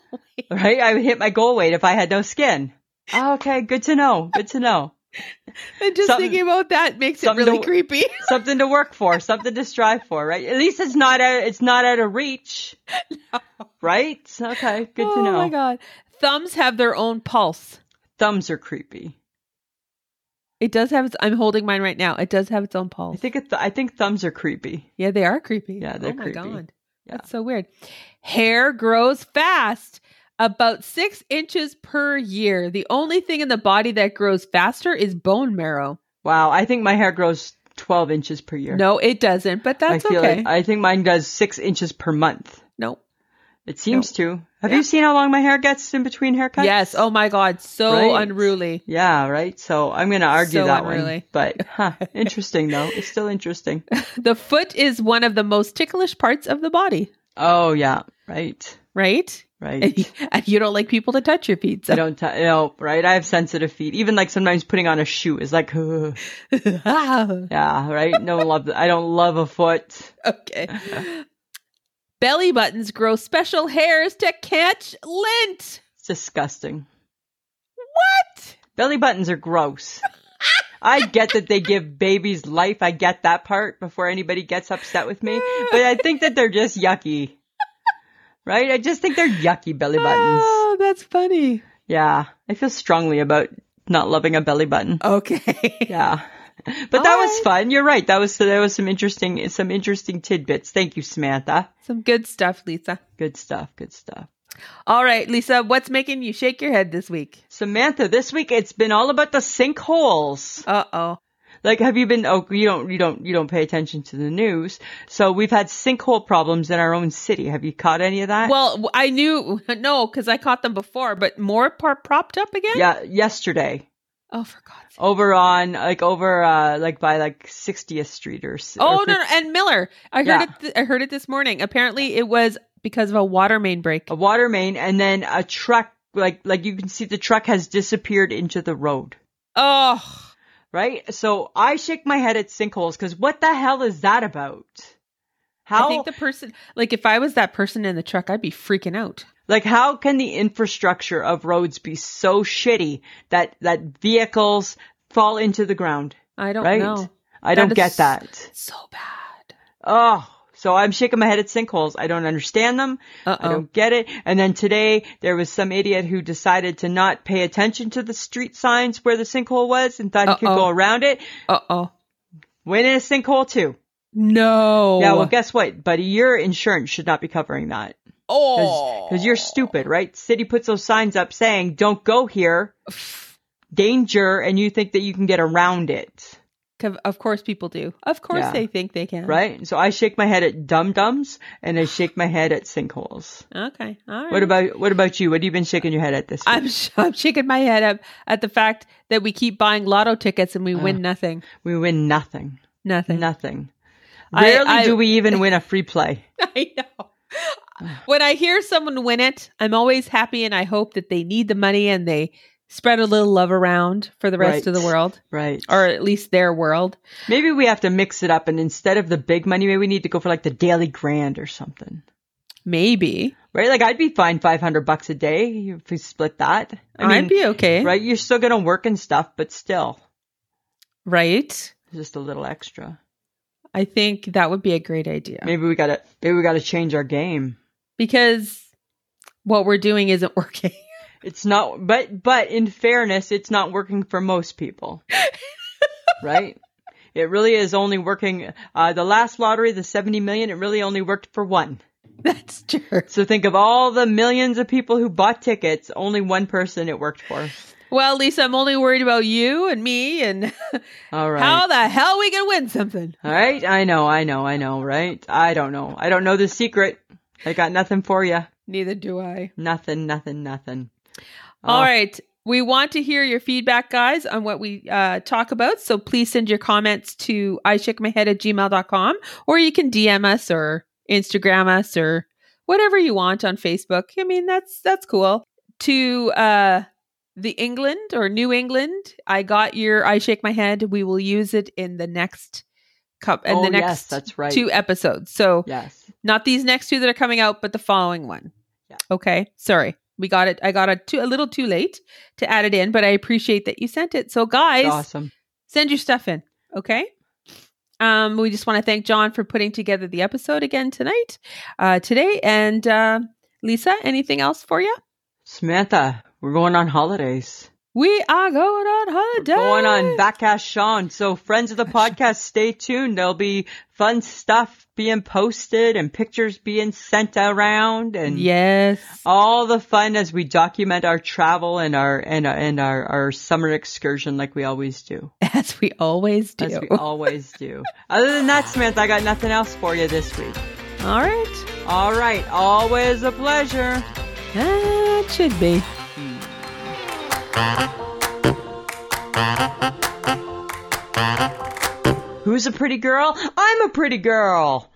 Speaker 2: right? I would hit my goal weight if I had no skin. Oh, okay, good to know. Good to know.
Speaker 1: And just
Speaker 2: Something-
Speaker 1: thinking about that makes it
Speaker 2: something
Speaker 1: really
Speaker 2: to-
Speaker 1: creepy.
Speaker 2: Something to work for, something to strive for, right? At least it's not out, it's not out of reach, right? Okay, good
Speaker 1: oh
Speaker 2: to
Speaker 1: my
Speaker 2: know.
Speaker 1: god. Thumbs have their own pulse.
Speaker 2: Thumbs are creepy.
Speaker 1: It does have its I'm holding mine right now. It does have its own
Speaker 2: I
Speaker 1: pulse.
Speaker 2: think it I think thumbs are creepy.
Speaker 1: Yeah, they are creepy.
Speaker 2: Yeah, they're
Speaker 1: oh my
Speaker 2: creepy.
Speaker 1: god.
Speaker 2: Yeah.
Speaker 1: That's so weird. Hair grows fast, about six inches per year. The only thing in the body that grows faster is bone marrow.
Speaker 2: Wow, I think my hair grows 12 inches per year.
Speaker 1: No, it doesn't, but that's
Speaker 2: I feel
Speaker 1: okay.
Speaker 2: it. I think mine does 6 inches per month.
Speaker 1: no.
Speaker 2: It seems to. Have
Speaker 1: Yeah.
Speaker 2: you seen how long my hair gets in between haircuts?
Speaker 1: Yes. Oh my god. So
Speaker 2: Right.
Speaker 1: unruly.
Speaker 2: Yeah, right. So I'm going to argue
Speaker 1: So
Speaker 2: that one.
Speaker 1: unruly.
Speaker 2: But huh, interesting though. It's still interesting.
Speaker 1: The foot is one of the most ticklish parts of the body,
Speaker 2: Oh yeah, right.
Speaker 1: right?
Speaker 2: Right.
Speaker 1: And, and you don't like people to touch your feet.
Speaker 2: I
Speaker 1: So
Speaker 2: don't t- no, right? I have sensitive feet. Even like sometimes putting on a shoe is like ugh. yeah, right? No love I don't love a foot.
Speaker 1: okay. Belly buttons grow special hairs to catch lint.
Speaker 2: It's disgusting.
Speaker 1: What?
Speaker 2: Belly buttons are gross. I get that they give babies life. I get that part before anybody gets upset with me. But I think that they're just yucky. Right? I just think they're yucky belly buttons.
Speaker 1: Oh, that's funny.
Speaker 2: Yeah. I feel strongly about not loving a belly button.
Speaker 1: Okay.
Speaker 2: Yeah. But that was
Speaker 1: Alright.
Speaker 2: fun. You're right. That was that was some interesting some interesting tidbits. Thank you, Samantha.
Speaker 1: Some good stuff, Lisa.
Speaker 2: Good stuff. Good stuff.
Speaker 1: All right, Lisa, what's making you shake your head this week?
Speaker 2: Samantha, this week it's been all about the sinkholes.
Speaker 1: Uh oh.
Speaker 2: Like, have you been? Oh, you don't, you don't, you don't pay attention to the news. So we've had sinkhole problems in our own city. Have you caught any of that?
Speaker 1: Well, I knew, no, because I caught them before, but more par- propped up again?
Speaker 2: yeah, yesterday
Speaker 1: Oh, for God's sake.
Speaker 2: over on like over uh like by like 60th Street or. s-
Speaker 1: Oh,
Speaker 2: or
Speaker 1: no, no,
Speaker 2: fif-
Speaker 1: and Miller. I heard
Speaker 2: Yeah.
Speaker 1: it. Th- I heard it this morning. Apparently, it was because of a water main break.
Speaker 2: a water main, and then a truck. Like, like you can see the truck has disappeared into the road.
Speaker 1: Oh,
Speaker 2: Right. So I shake my head at sinkholes because what the hell is that about? How
Speaker 1: I think the person, like, if I was that person in the truck, I'd be freaking out.
Speaker 2: Like, how can the infrastructure of roads be so shitty that, that vehicles fall into the ground?
Speaker 1: I don't
Speaker 2: Right.
Speaker 1: know.
Speaker 2: I
Speaker 1: That
Speaker 2: don't
Speaker 1: is-
Speaker 2: get that.
Speaker 1: So bad.
Speaker 2: Oh, so I'm shaking my head at sinkholes. I don't understand them.
Speaker 1: Uh
Speaker 2: I
Speaker 1: oh.
Speaker 2: don't get it. And then today there was some idiot who decided to not pay attention to the street signs where the sinkhole was and thought he could
Speaker 1: Uh-oh.
Speaker 2: go around it.
Speaker 1: Uh oh.
Speaker 2: Went in a sinkhole too.
Speaker 1: No.
Speaker 2: Yeah, well, guess what, buddy? Your insurance should not be covering that.
Speaker 1: oh.
Speaker 2: Because you're stupid, right? City puts those signs up saying, don't go here. danger and you think that you can get around it,
Speaker 1: Of- Oh. Of course, people do. Of course,
Speaker 2: Yeah.
Speaker 1: they think they can.
Speaker 2: right? So I shake my head at dum dums and I shake my head at sinkholes.
Speaker 1: Okay. All right.
Speaker 2: What about what about you? What have you been shaking your head at this week?
Speaker 1: I'm, sh- I'm shaking my head up at the fact that we keep buying lotto tickets
Speaker 2: Uh.
Speaker 1: and we win nothing.
Speaker 2: We win nothing,
Speaker 1: Nothing.
Speaker 2: nothing.
Speaker 1: I-
Speaker 2: Rarely
Speaker 1: I-
Speaker 2: do we even win a free play.
Speaker 1: I know. when I hear someone win it, I'm always happy and I hope that they need the money and they spread a little love around for the rest of the
Speaker 2: Right.
Speaker 1: world.
Speaker 2: Right.
Speaker 1: or at least their world.
Speaker 2: maybe we have to mix it up and instead of the big money, maybe we need to go for like the daily grand or something.
Speaker 1: Maybe
Speaker 2: Right? Like I'd be fine 500 bucks a day if we split that.
Speaker 1: I would be okay, right?
Speaker 2: right? You're still going to work and stuff, but still just a little extra.
Speaker 1: I think that would be a great idea.
Speaker 2: Maybe we gotta maybe we gotta change our game.
Speaker 1: because what we're doing isn't working.
Speaker 2: It's not, but, but in fairness, it's not working for most people. right? It really is only working, uh, the last lottery, the 70 million, it really only worked for one.
Speaker 1: That's true.
Speaker 2: So think of all the millions of people who bought tickets, only one person it worked for.
Speaker 1: Well, Lisa, I'm only worried about you and me and
Speaker 2: All right.
Speaker 1: how the hell we can win something.
Speaker 2: All right. I know, I know, I know, right? I don't know. I don't know the secret. I got nothing for you.
Speaker 1: Neither do I.
Speaker 2: Nothing, nothing, nothing.
Speaker 1: All
Speaker 2: Oh.
Speaker 1: right. We want to hear your feedback, guys, on what we uh, talk about. So please send your comments to ishakeMyhead at gmail.com or you can DM us or Instagram us or whatever you want on Facebook. I mean, that's that's cool. To uh, the England or New England, I got your I Shake My Head. We will use it in the next cup and
Speaker 2: oh,
Speaker 1: the
Speaker 2: yes,
Speaker 1: next
Speaker 2: that's right.
Speaker 1: two episodes. So
Speaker 2: Yes.
Speaker 1: not these next two that are coming out, but the following one.
Speaker 2: Yeah.
Speaker 1: Okay. Sorry. We got it. I got it too, a little too late to add it in, but I appreciate that you sent it. So, guys,
Speaker 2: Awesome.
Speaker 1: send your stuff in. Okay. Um, we just want to thank John for putting together the episode again tonight, uh, today. And uh, Lisa, anything else for you?
Speaker 2: Samantha, we're going on holidays.
Speaker 1: We are going on holiday.
Speaker 2: Going on Backcast Sean. So friends of the podcast, stay tuned. There'll be fun stuff being posted and pictures being sent around and
Speaker 1: Yes.
Speaker 2: all the fun as we document our travel and our and our, and our, our summer excursion like we always do.
Speaker 1: As we always do.
Speaker 2: As we always do. Other than that, Samantha, I got nothing else for you this week.
Speaker 1: All right.
Speaker 2: All right. Always a pleasure.
Speaker 1: That should be.
Speaker 2: Who's a pretty girl? I'm a pretty girl.